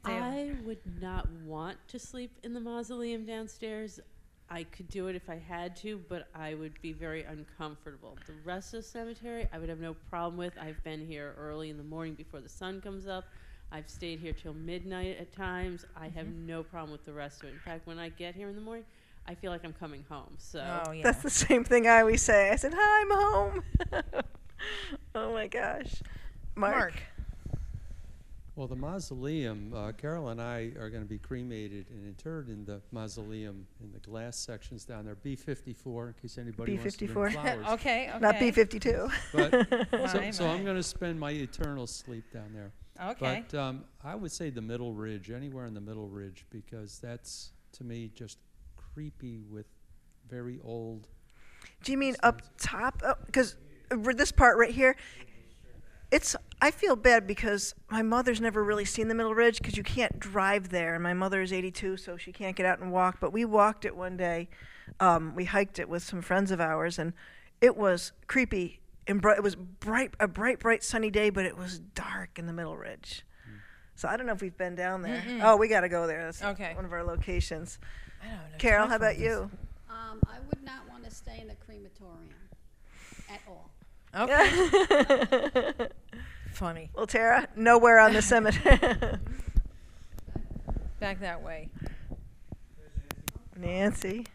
Speaker 2: stay alone?
Speaker 4: I would not want to sleep in the mausoleum downstairs. I could do it if I had to, but I would be very uncomfortable. The rest of the cemetery, I would have no problem with. I've been here early in the morning before the sun comes up. I've stayed here till midnight at times. I have
Speaker 2: Mhm.
Speaker 4: no problem with the rest of it. In fact, when I get here in the morning, I feel like I'm coming home. So
Speaker 2: Oh,
Speaker 5: That's the same thing I always say. I said, "Hi, I'm home." oh my gosh, Mark.
Speaker 8: Well, the mausoleum, uh, Carol and I are going to be cremated and interred in the mausoleum in the glass sections down there, B54, in case anybody wants to
Speaker 5: B54.
Speaker 8: bring flowers.
Speaker 2: Okay,
Speaker 5: Not
Speaker 2: okay.
Speaker 5: B52.
Speaker 8: But, so,
Speaker 2: My,
Speaker 8: so I'm
Speaker 2: my.
Speaker 8: going to spend my eternal sleep down there.
Speaker 2: Okay.
Speaker 8: But um, I would say the Middle Ridge, anywhere in the Middle Ridge, because that's to me just creepy with very old.
Speaker 5: Do you mean up top? Oh, Because this part right here, it's. I feel bad because my mother's never really seen the Middle Ridge because you can't drive there, and my mother is 82, so she can't get out and walk. But we walked it one day. Um, we hiked it with some friends of ours, and it was creepy. And bright, it was bright, a bright, bright sunny day, but it was dark in the Middle Ridge. So I don't know if we've been down there.
Speaker 2: Mm-mm.
Speaker 5: Oh, we got to go there. That's
Speaker 2: Okay.
Speaker 5: one of our locations.
Speaker 2: I don't have
Speaker 5: Carol,
Speaker 2: time
Speaker 5: how
Speaker 2: for
Speaker 5: about
Speaker 2: this.
Speaker 5: you?
Speaker 14: Um, I would not want to stay in a crematorium at all.
Speaker 2: Okay. Funny.
Speaker 5: Well, Tara, nowhere on the cemetery.
Speaker 2: Back that way.
Speaker 5: Nancy.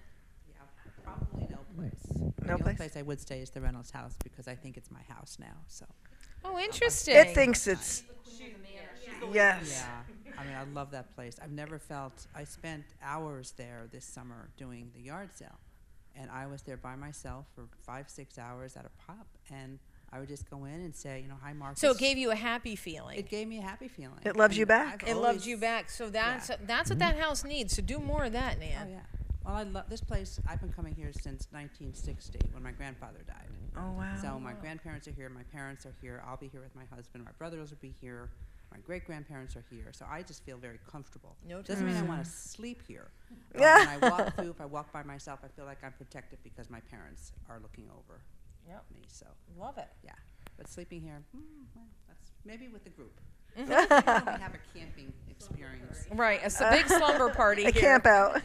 Speaker 15: Probably no place.
Speaker 5: No
Speaker 15: the
Speaker 5: place?
Speaker 15: only place I would stay is the Reynolds house because I think it's my house now. So.
Speaker 2: Oh, interesting.
Speaker 5: It thinks it's. Yes.
Speaker 15: Yeah. I mean, I love that place. I've never felt. I spent hours there this summer doing the yard sale, and I was there by myself for five, six hours at a pop, and I would just go in and say, you know, hi, Marcus.
Speaker 2: So it gave you a happy feeling. It
Speaker 15: gave me a happy feeling.
Speaker 5: It loves you
Speaker 15: And
Speaker 5: back. Mm-hmm.
Speaker 15: I've
Speaker 2: It
Speaker 15: always-
Speaker 2: loved you back. So that's that's what that house needs. So do more of that, Nan.
Speaker 15: Oh yeah. Well, I love this place. I've been coming here since 1960 when my grandfather died.
Speaker 5: Oh wow.
Speaker 15: So my grandparents are here. My parents are here. I'll be here with my husband. My brothers will be here. My great grandparents are here. So I just feel very comfortable.
Speaker 2: No
Speaker 15: Doesn't mean I
Speaker 2: tourism.
Speaker 15: want to sleep here. But when I walk through, if I walk by myself, I feel like I'm protected because my parents are looking over
Speaker 2: Yep.
Speaker 15: me. So
Speaker 2: love it.
Speaker 15: Yeah. But sleeping here, mm, well, that's maybe with the group. we
Speaker 2: Mhm.
Speaker 15: have a camping experience.
Speaker 2: Right, a s- big slumber party
Speaker 15: A
Speaker 2: here.
Speaker 15: camp out.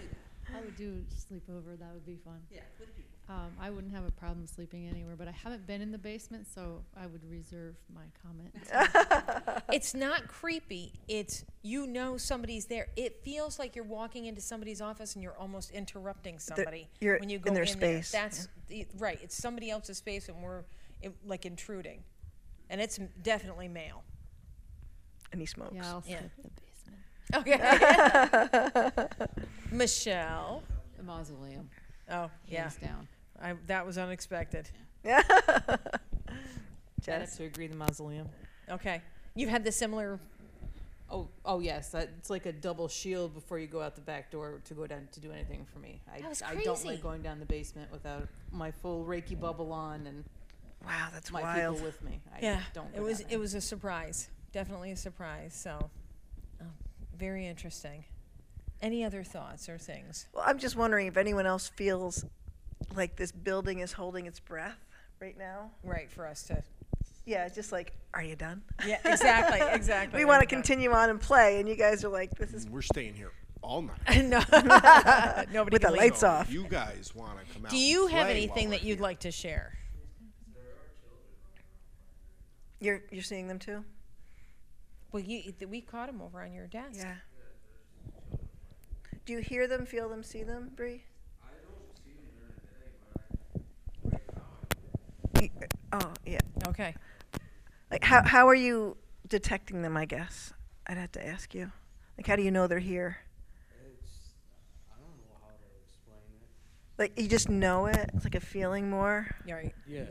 Speaker 9: I would do sleepover. That would be fun.
Speaker 15: Yeah, with people.
Speaker 9: Um, I wouldn't have a problem sleeping anywhere, but I haven't been in the basement, so I would reserve my comment.
Speaker 2: It's not creepy. It's you know somebody's there. It feels like you're walking into somebody's office and you're almost interrupting somebody
Speaker 5: you're
Speaker 2: when you
Speaker 5: in
Speaker 2: go
Speaker 5: their
Speaker 2: there.
Speaker 5: space,
Speaker 2: That's the, right. It's somebody else's space and we're it, like intruding, and it's m- definitely male.
Speaker 5: And he smokes.
Speaker 9: Yeah, I'll
Speaker 2: Yeah.
Speaker 9: skip the basement.
Speaker 2: Okay. Michelle.
Speaker 6: The mausoleum.
Speaker 2: Oh, yeah.
Speaker 6: Hands down.
Speaker 2: I, that was unexpected.
Speaker 16: I'd have to agree the mausoleum.
Speaker 2: Okay. You've had the similar.
Speaker 16: Oh, oh yes, that, it's like a double shield before you go out the back door to go down to do anything for me. I,
Speaker 2: That was
Speaker 16: I don't
Speaker 2: crazy.
Speaker 16: like going down the basement without my full Reiki bubble on and
Speaker 5: Wow, that's
Speaker 16: my
Speaker 5: wild.
Speaker 16: people with me. I
Speaker 2: yeah,
Speaker 16: don't.
Speaker 2: it
Speaker 16: go
Speaker 2: was
Speaker 16: down
Speaker 2: it was a surprise, definitely a surprise. So,
Speaker 5: Oh.
Speaker 2: um, very interesting. Any other thoughts or things?
Speaker 5: Well, I'm just wondering if anyone else feels like this building is holding its breath right now.
Speaker 2: Right for us to.
Speaker 5: Yeah, just like, are you done?
Speaker 2: Yeah, exactly, exactly.
Speaker 5: we want
Speaker 2: Are
Speaker 5: to
Speaker 2: you done?
Speaker 5: continue on and play, and you guys are like, this is.
Speaker 3: We're staying here all night.
Speaker 5: no,
Speaker 2: Nobody
Speaker 5: with the
Speaker 2: can leave.
Speaker 5: lights off.
Speaker 3: You guys want to come out.
Speaker 2: Do you
Speaker 3: and
Speaker 2: have
Speaker 3: play
Speaker 2: anything
Speaker 3: while
Speaker 2: that you'd like to share?
Speaker 5: You're you're seeing them too.
Speaker 2: Well, you we caught him over on your desk.
Speaker 5: Yeah. Do you hear them, feel them, see them, Bree? Y- Oh yeah.
Speaker 2: Okay.
Speaker 5: Like how how are you detecting them? I guess I'd have to ask you. Like how do you know they're here? Like you just know it. It's like a feeling more.
Speaker 2: Right.
Speaker 13: Yeah.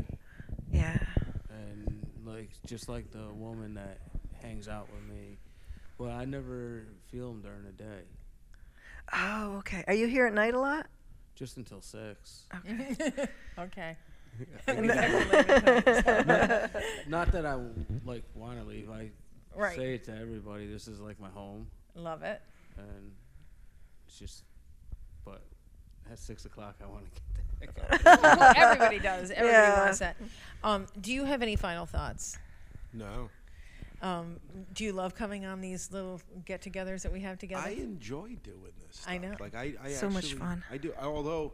Speaker 5: Yeah.
Speaker 13: And like just like the woman that hangs out with me, well, I never feel them during the day,
Speaker 5: Oh, okay. Are you here at night a lot?
Speaker 13: just until six.
Speaker 5: Okay.
Speaker 2: okay.
Speaker 13: Like, not, not that I like want to leave. I
Speaker 2: Right.
Speaker 13: say it to everybody. This is like my home,
Speaker 2: Love it.
Speaker 13: and it's just. But at six o'clock, I want to get the heck out.
Speaker 2: Everybody does. Everybody
Speaker 13: Yeah.
Speaker 2: wants that. Um, do you have any final thoughts?
Speaker 3: No.
Speaker 2: Um, do you love coming on these little get-togethers that we have together?
Speaker 3: I enjoy doing this. Stuff.
Speaker 2: I know.
Speaker 3: Like I, I
Speaker 2: So much
Speaker 3: actually-
Speaker 2: fun.
Speaker 3: I do. Although,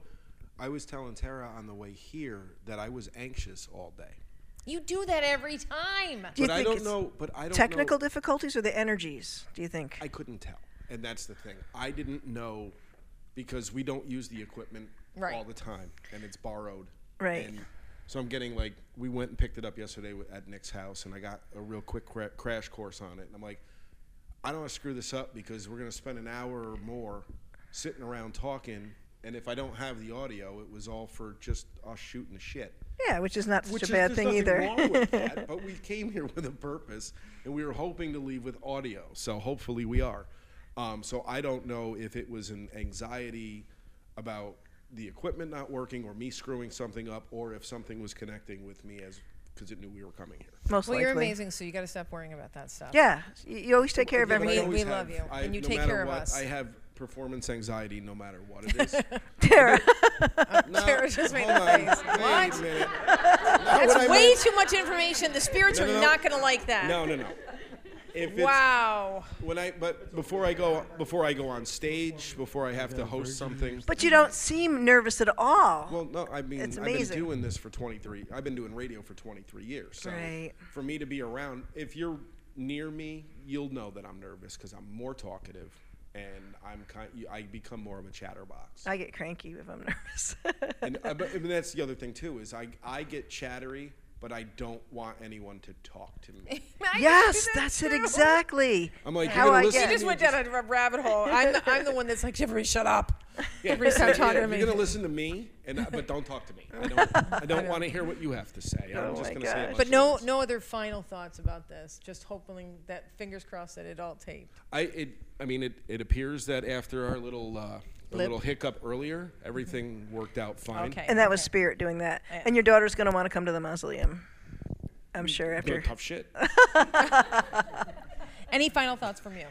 Speaker 3: I was telling Tara on the way here that I was anxious all day.
Speaker 2: You do that every time.
Speaker 3: but I don't know. But I don't
Speaker 5: Technical
Speaker 3: know.
Speaker 5: difficulties or the energies? Do you think?
Speaker 3: I couldn't tell, and that's the thing. I didn't know because we don't use the equipment
Speaker 5: Right.
Speaker 3: all the time, and it's borrowed.
Speaker 5: Right.
Speaker 3: And so I'm getting like we went and picked it up yesterday wi- at Nick's house, and I got a real quick cra- crash course on it, and I'm like, I don't want to screw this up because we're gonna spend an hour or more sitting around talking. And if I don't have the audio, it was all for just us shooting the shit.
Speaker 5: Yeah, which is not such
Speaker 3: Which
Speaker 5: a
Speaker 3: is-
Speaker 5: bad
Speaker 3: there's
Speaker 5: thing
Speaker 3: nothing
Speaker 5: either.
Speaker 3: wrong with that, but we came here with a purpose, and we were hoping to leave with audio. So hopefully we are. Um, so I don't know if it was an anxiety about the equipment not working, or me screwing something up, or if something was connecting with me as because it knew we were coming here.
Speaker 5: Most
Speaker 2: well, you're
Speaker 5: likely.
Speaker 2: amazing, so you got to stop worrying about that stuff.
Speaker 5: Yeah, you- you always take care of
Speaker 3: Yeah, but I
Speaker 5: everything.
Speaker 3: always
Speaker 2: We love
Speaker 3: have-
Speaker 2: you,
Speaker 3: I-
Speaker 2: and you
Speaker 3: no
Speaker 2: take
Speaker 3: matter
Speaker 2: care of
Speaker 3: what,
Speaker 2: us.
Speaker 3: I have performance anxiety no matter what it is.
Speaker 5: Tara.
Speaker 3: No,
Speaker 2: Tara just made a
Speaker 3: hold on,
Speaker 2: face.
Speaker 3: wait a
Speaker 2: What?
Speaker 3: minute.
Speaker 2: That's
Speaker 3: what I
Speaker 2: way
Speaker 3: meant-
Speaker 2: too much information. The spirits
Speaker 3: No, no,
Speaker 2: are
Speaker 3: no.
Speaker 2: not going to like that.
Speaker 3: No, no, no. If it's-
Speaker 2: Wow.
Speaker 3: When I but before I go before I go on stage before I have to host something.
Speaker 5: But you don't seem nervous at all.
Speaker 3: Well, no, I mean
Speaker 5: It's
Speaker 3: I've been
Speaker 5: amazing.
Speaker 3: doing this for 23. I've been doing radio for 23 years. So
Speaker 5: Right.
Speaker 3: for me to be around, if you're near me, you'll know that I'm nervous because I'm more talkative and I'm kind. I become more of a chatterbox.
Speaker 5: I get cranky if I'm nervous.
Speaker 3: and I, but, I mean, that's the other thing too is I I get chattery, but I don't want anyone to talk to me.
Speaker 5: yes, that's it exactly.
Speaker 3: I'm like,
Speaker 5: how
Speaker 3: you're
Speaker 5: I
Speaker 3: gonna
Speaker 5: get.
Speaker 3: listen
Speaker 2: You just went down a r- rabbit hole. I'm the, I'm the one that's like, everybody shut up. Everybody stop
Speaker 3: Yeah,
Speaker 2: talking to
Speaker 3: You're
Speaker 2: me.
Speaker 3: gonna listen to me, and uh, but don't talk to me. I don't. I don't want to hear what you have to say. I'm
Speaker 5: Oh
Speaker 3: just
Speaker 5: my
Speaker 3: gonna say. a bunch
Speaker 2: But
Speaker 3: of
Speaker 2: no,
Speaker 3: words.
Speaker 2: no other final thoughts about this. Just hoping that fingers crossed that it all taped.
Speaker 3: I it. I mean, it. It appears that after our little. Uh, the
Speaker 2: Lip.
Speaker 3: little hiccup earlier, everything worked out fine.
Speaker 5: and that was spirit doing that. And your daughter's going to want to come to the mausoleum. I'm sure
Speaker 3: No
Speaker 5: after.
Speaker 3: tough shit.
Speaker 2: Any final thoughts from you?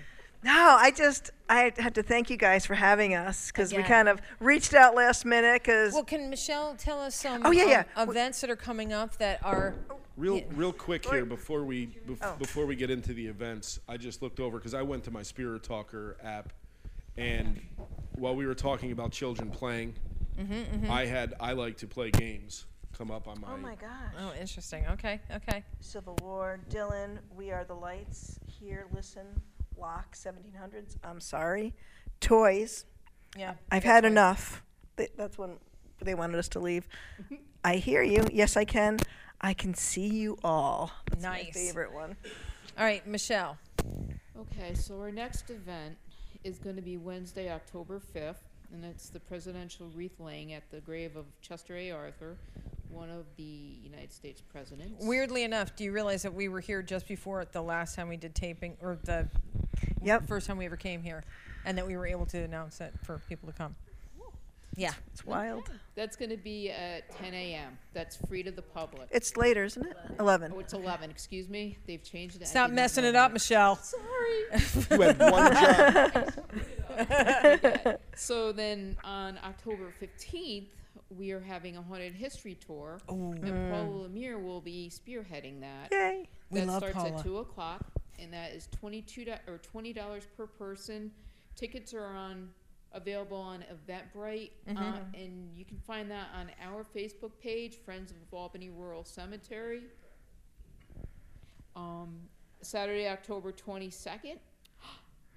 Speaker 5: No, I just I had to thank you guys for having us because we
Speaker 2: Again.
Speaker 5: kind of reached out last minute because
Speaker 2: Well, can Michelle tell us some
Speaker 5: Oh, yeah,
Speaker 2: um,
Speaker 5: yeah.
Speaker 2: events that are coming up that are
Speaker 3: Real, real quick here before we bef-
Speaker 5: Oh.
Speaker 3: before we get into the events, I just looked over because I went to my Spirit Talker app, and while we were talking about children playing,
Speaker 2: Mhm, mhm.
Speaker 3: I had I like to play games come up on my.
Speaker 5: Mm-hmm. oh my gosh,
Speaker 2: Oh, interesting. Okay, okay.
Speaker 5: Civil War, Dylan, We Are the Lights, Here, Listen, Lock, 1700s. I'm sorry, toys.
Speaker 2: Yeah.
Speaker 5: I've had enough. Th- That's when they wanted us to leave. I hear you. Yes, I can. I can see you all. That's my
Speaker 2: Nice.
Speaker 5: favorite one.
Speaker 2: All right, Michelle.
Speaker 6: Okay, so our next event is going to be Wednesday, October 5th, and it's the presidential wreath laying at the grave of Chester A. Arthur, one of the United States presidents.
Speaker 2: Weirdly enough, do you realize that we were here just before the last time we did taping, or the first time we ever came here, and that we were able to announce it for people to come? Yeah.
Speaker 5: It's wild.
Speaker 6: That's going to be at 10 a.m. That's free to the public.
Speaker 5: It's later, isn't it? 11.
Speaker 6: Oh, it's 11. Excuse me. They've changed it.
Speaker 2: Stop messing it up, Michelle.
Speaker 6: Sorry.
Speaker 2: You had one
Speaker 5: job.
Speaker 6: so then on October 15th, we are having a haunted history tour, and
Speaker 2: Mm.
Speaker 6: Paula Lemire will be spearheading that.
Speaker 5: Yay.
Speaker 2: We
Speaker 6: That
Speaker 2: love
Speaker 6: starts
Speaker 2: Paula.
Speaker 6: at two o'clock, and that is twenty-two do- or twenty dollars per person. Tickets are on available on Eventbrite, uh,
Speaker 2: Mhm.
Speaker 6: and you can find that on our Facebook page, Friends of Albany Rural Cemetery. Um, Saturday, October twenty-second.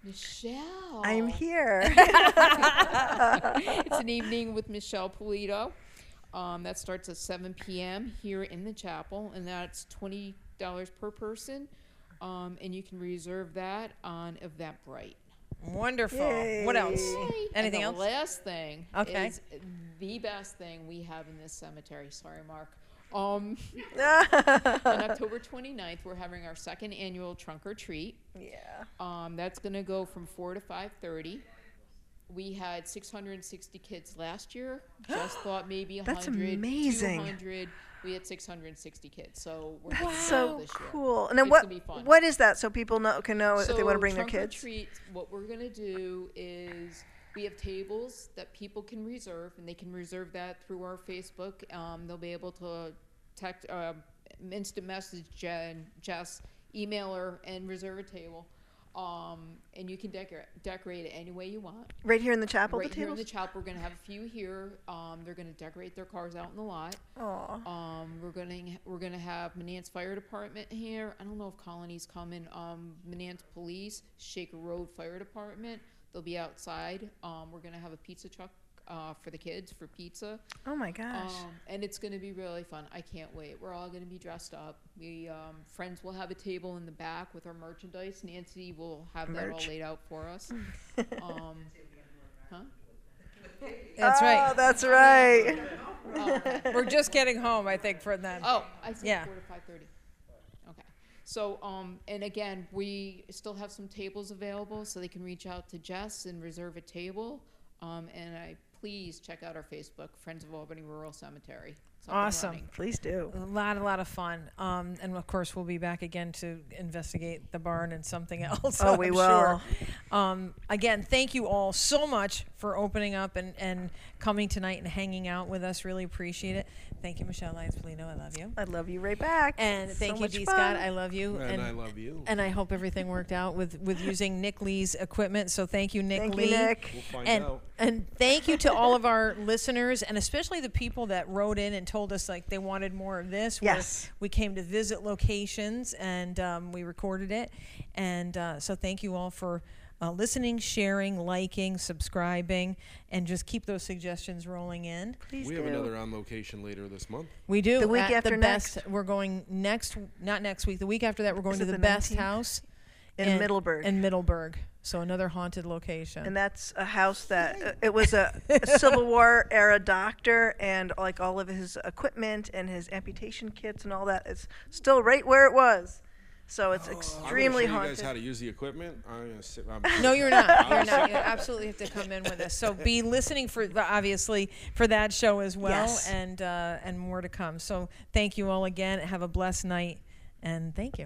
Speaker 6: Michelle,
Speaker 5: I'm here.
Speaker 6: it's an evening with Michelle Polito. Um, that starts at 7 p.m. here in the chapel, and that's $20 per person. Um, and you can reserve that on Eventbrite.
Speaker 2: Wonderful. What else?
Speaker 6: Yay.
Speaker 2: Anything
Speaker 6: and
Speaker 2: else?
Speaker 6: the Last thing.
Speaker 2: Okay.
Speaker 6: Is the best thing we have in this cemetery. Sorry, Mark. Um, on October 29th, we're having our second annual trunk or treat.
Speaker 5: Yeah.
Speaker 6: Um, that's going to go from 4 to 5:30. We had 660 kids last year. Just thought maybe
Speaker 5: That's
Speaker 6: 100,
Speaker 5: amazing.
Speaker 6: 200. We had 660 kids, so we're doing
Speaker 5: That's
Speaker 6: well
Speaker 5: so
Speaker 6: this year.
Speaker 5: cool. And then
Speaker 6: It's
Speaker 5: what?
Speaker 6: gonna be fun.
Speaker 5: What is that? So people know can know if they want
Speaker 6: So
Speaker 5: to bring their
Speaker 6: trunk or
Speaker 5: kids.
Speaker 6: treat, what we're gonna do is we have tables that people can reserve, and they can reserve that through our Facebook. Um, they'll be able to text, uh, instant message Jen, Jess, email her, and reserve a table. Um, and you can decor- decorate it any way you want.
Speaker 5: Right here in the chapel, the
Speaker 6: Right here in the
Speaker 5: tables?
Speaker 6: chapel, we're gonna have a few here. Um, they're gonna decorate their cars out in the lot.
Speaker 5: Aw.
Speaker 6: Um, we're gonna we're gonna have Manans Fire Department here. I don't know if Colony's coming. Um, Manans Police, Shaker Road Fire Department. They'll be outside. Um, we're gonna have a pizza truck uh, for the kids for pizza.
Speaker 5: Oh my gosh.
Speaker 6: Um, and it's gonna be really fun. I can't wait. We're all gonna be dressed up. We um, friends will have a table in the back with our merchandise. Nancy will have that all
Speaker 5: Merch.
Speaker 6: laid out for us. um, huh?
Speaker 2: That's right.
Speaker 5: Oh, that's right.
Speaker 6: Oh, okay.
Speaker 2: We're just getting home, I think, from that.
Speaker 6: Oh, I see.
Speaker 2: Yeah.
Speaker 6: Four to five thirty. Okay. So, um, and again, we still have some tables available, so they can reach out to Jess and reserve a table. Um, and I please check out our Facebook, Friends of Albany Rural Cemetery. It's up and running.
Speaker 2: Awesome.
Speaker 5: Please do.
Speaker 2: A lot, a lot of fun. Um, and of course, we'll be back again to investigate the barn and something else.
Speaker 5: Oh, we
Speaker 2: I'm
Speaker 5: will.
Speaker 2: Sure. Um, again, thank you all so much for opening up and, and coming tonight and hanging out with us. Really appreciate it. Thank you, Michelle Lyons Polino. I love you.
Speaker 5: I love you right back.
Speaker 2: And
Speaker 5: It's
Speaker 2: thank
Speaker 5: so
Speaker 2: you,
Speaker 5: much
Speaker 2: D.
Speaker 5: fun.
Speaker 2: Scott. I love you.
Speaker 3: And I love you.
Speaker 2: And I hope everything worked out with, with using Nick Lee's equipment. So thank you, Nick
Speaker 5: Thank you,
Speaker 2: Lee.
Speaker 5: Nick.
Speaker 3: We'll find
Speaker 2: and,
Speaker 3: out.
Speaker 2: and thank you to all of our listeners and especially the people that wrote in and told us like they wanted more of this. where
Speaker 5: Yes.
Speaker 2: We came to visit locations and um, we recorded it. And uh, so thank you all for. Uh, listening, sharing, liking, subscribing, and just keep those suggestions rolling in.
Speaker 5: Please
Speaker 3: we have
Speaker 5: do.
Speaker 3: another on location later this month.
Speaker 2: We do.
Speaker 5: The week
Speaker 2: at the
Speaker 5: after
Speaker 2: best,
Speaker 5: next.
Speaker 2: We're going next, not next week. The week after that, we're going to
Speaker 5: Is
Speaker 2: the,
Speaker 5: it the
Speaker 2: best
Speaker 5: 19th?
Speaker 2: house
Speaker 5: In Middleburg.
Speaker 2: In Middleburg, so another haunted location.
Speaker 5: And that's a house that uh, it was a, a Civil War era doctor, and like all of his equipment and his amputation kits and all that is still right where it was. So it's extremely
Speaker 3: I'm
Speaker 5: haunted.
Speaker 3: gonna show Oh, You guys how to use the equipment? I'm gonna sit. I'm
Speaker 2: no, you're not.
Speaker 3: I'm
Speaker 2: You're
Speaker 3: sit-
Speaker 2: not. You absolutely have to come in with us. So be listening for the- obviously for that show as well,
Speaker 5: Yes.
Speaker 2: and uh, and more to come. So thank you all again. Have a blessed night, and thank you.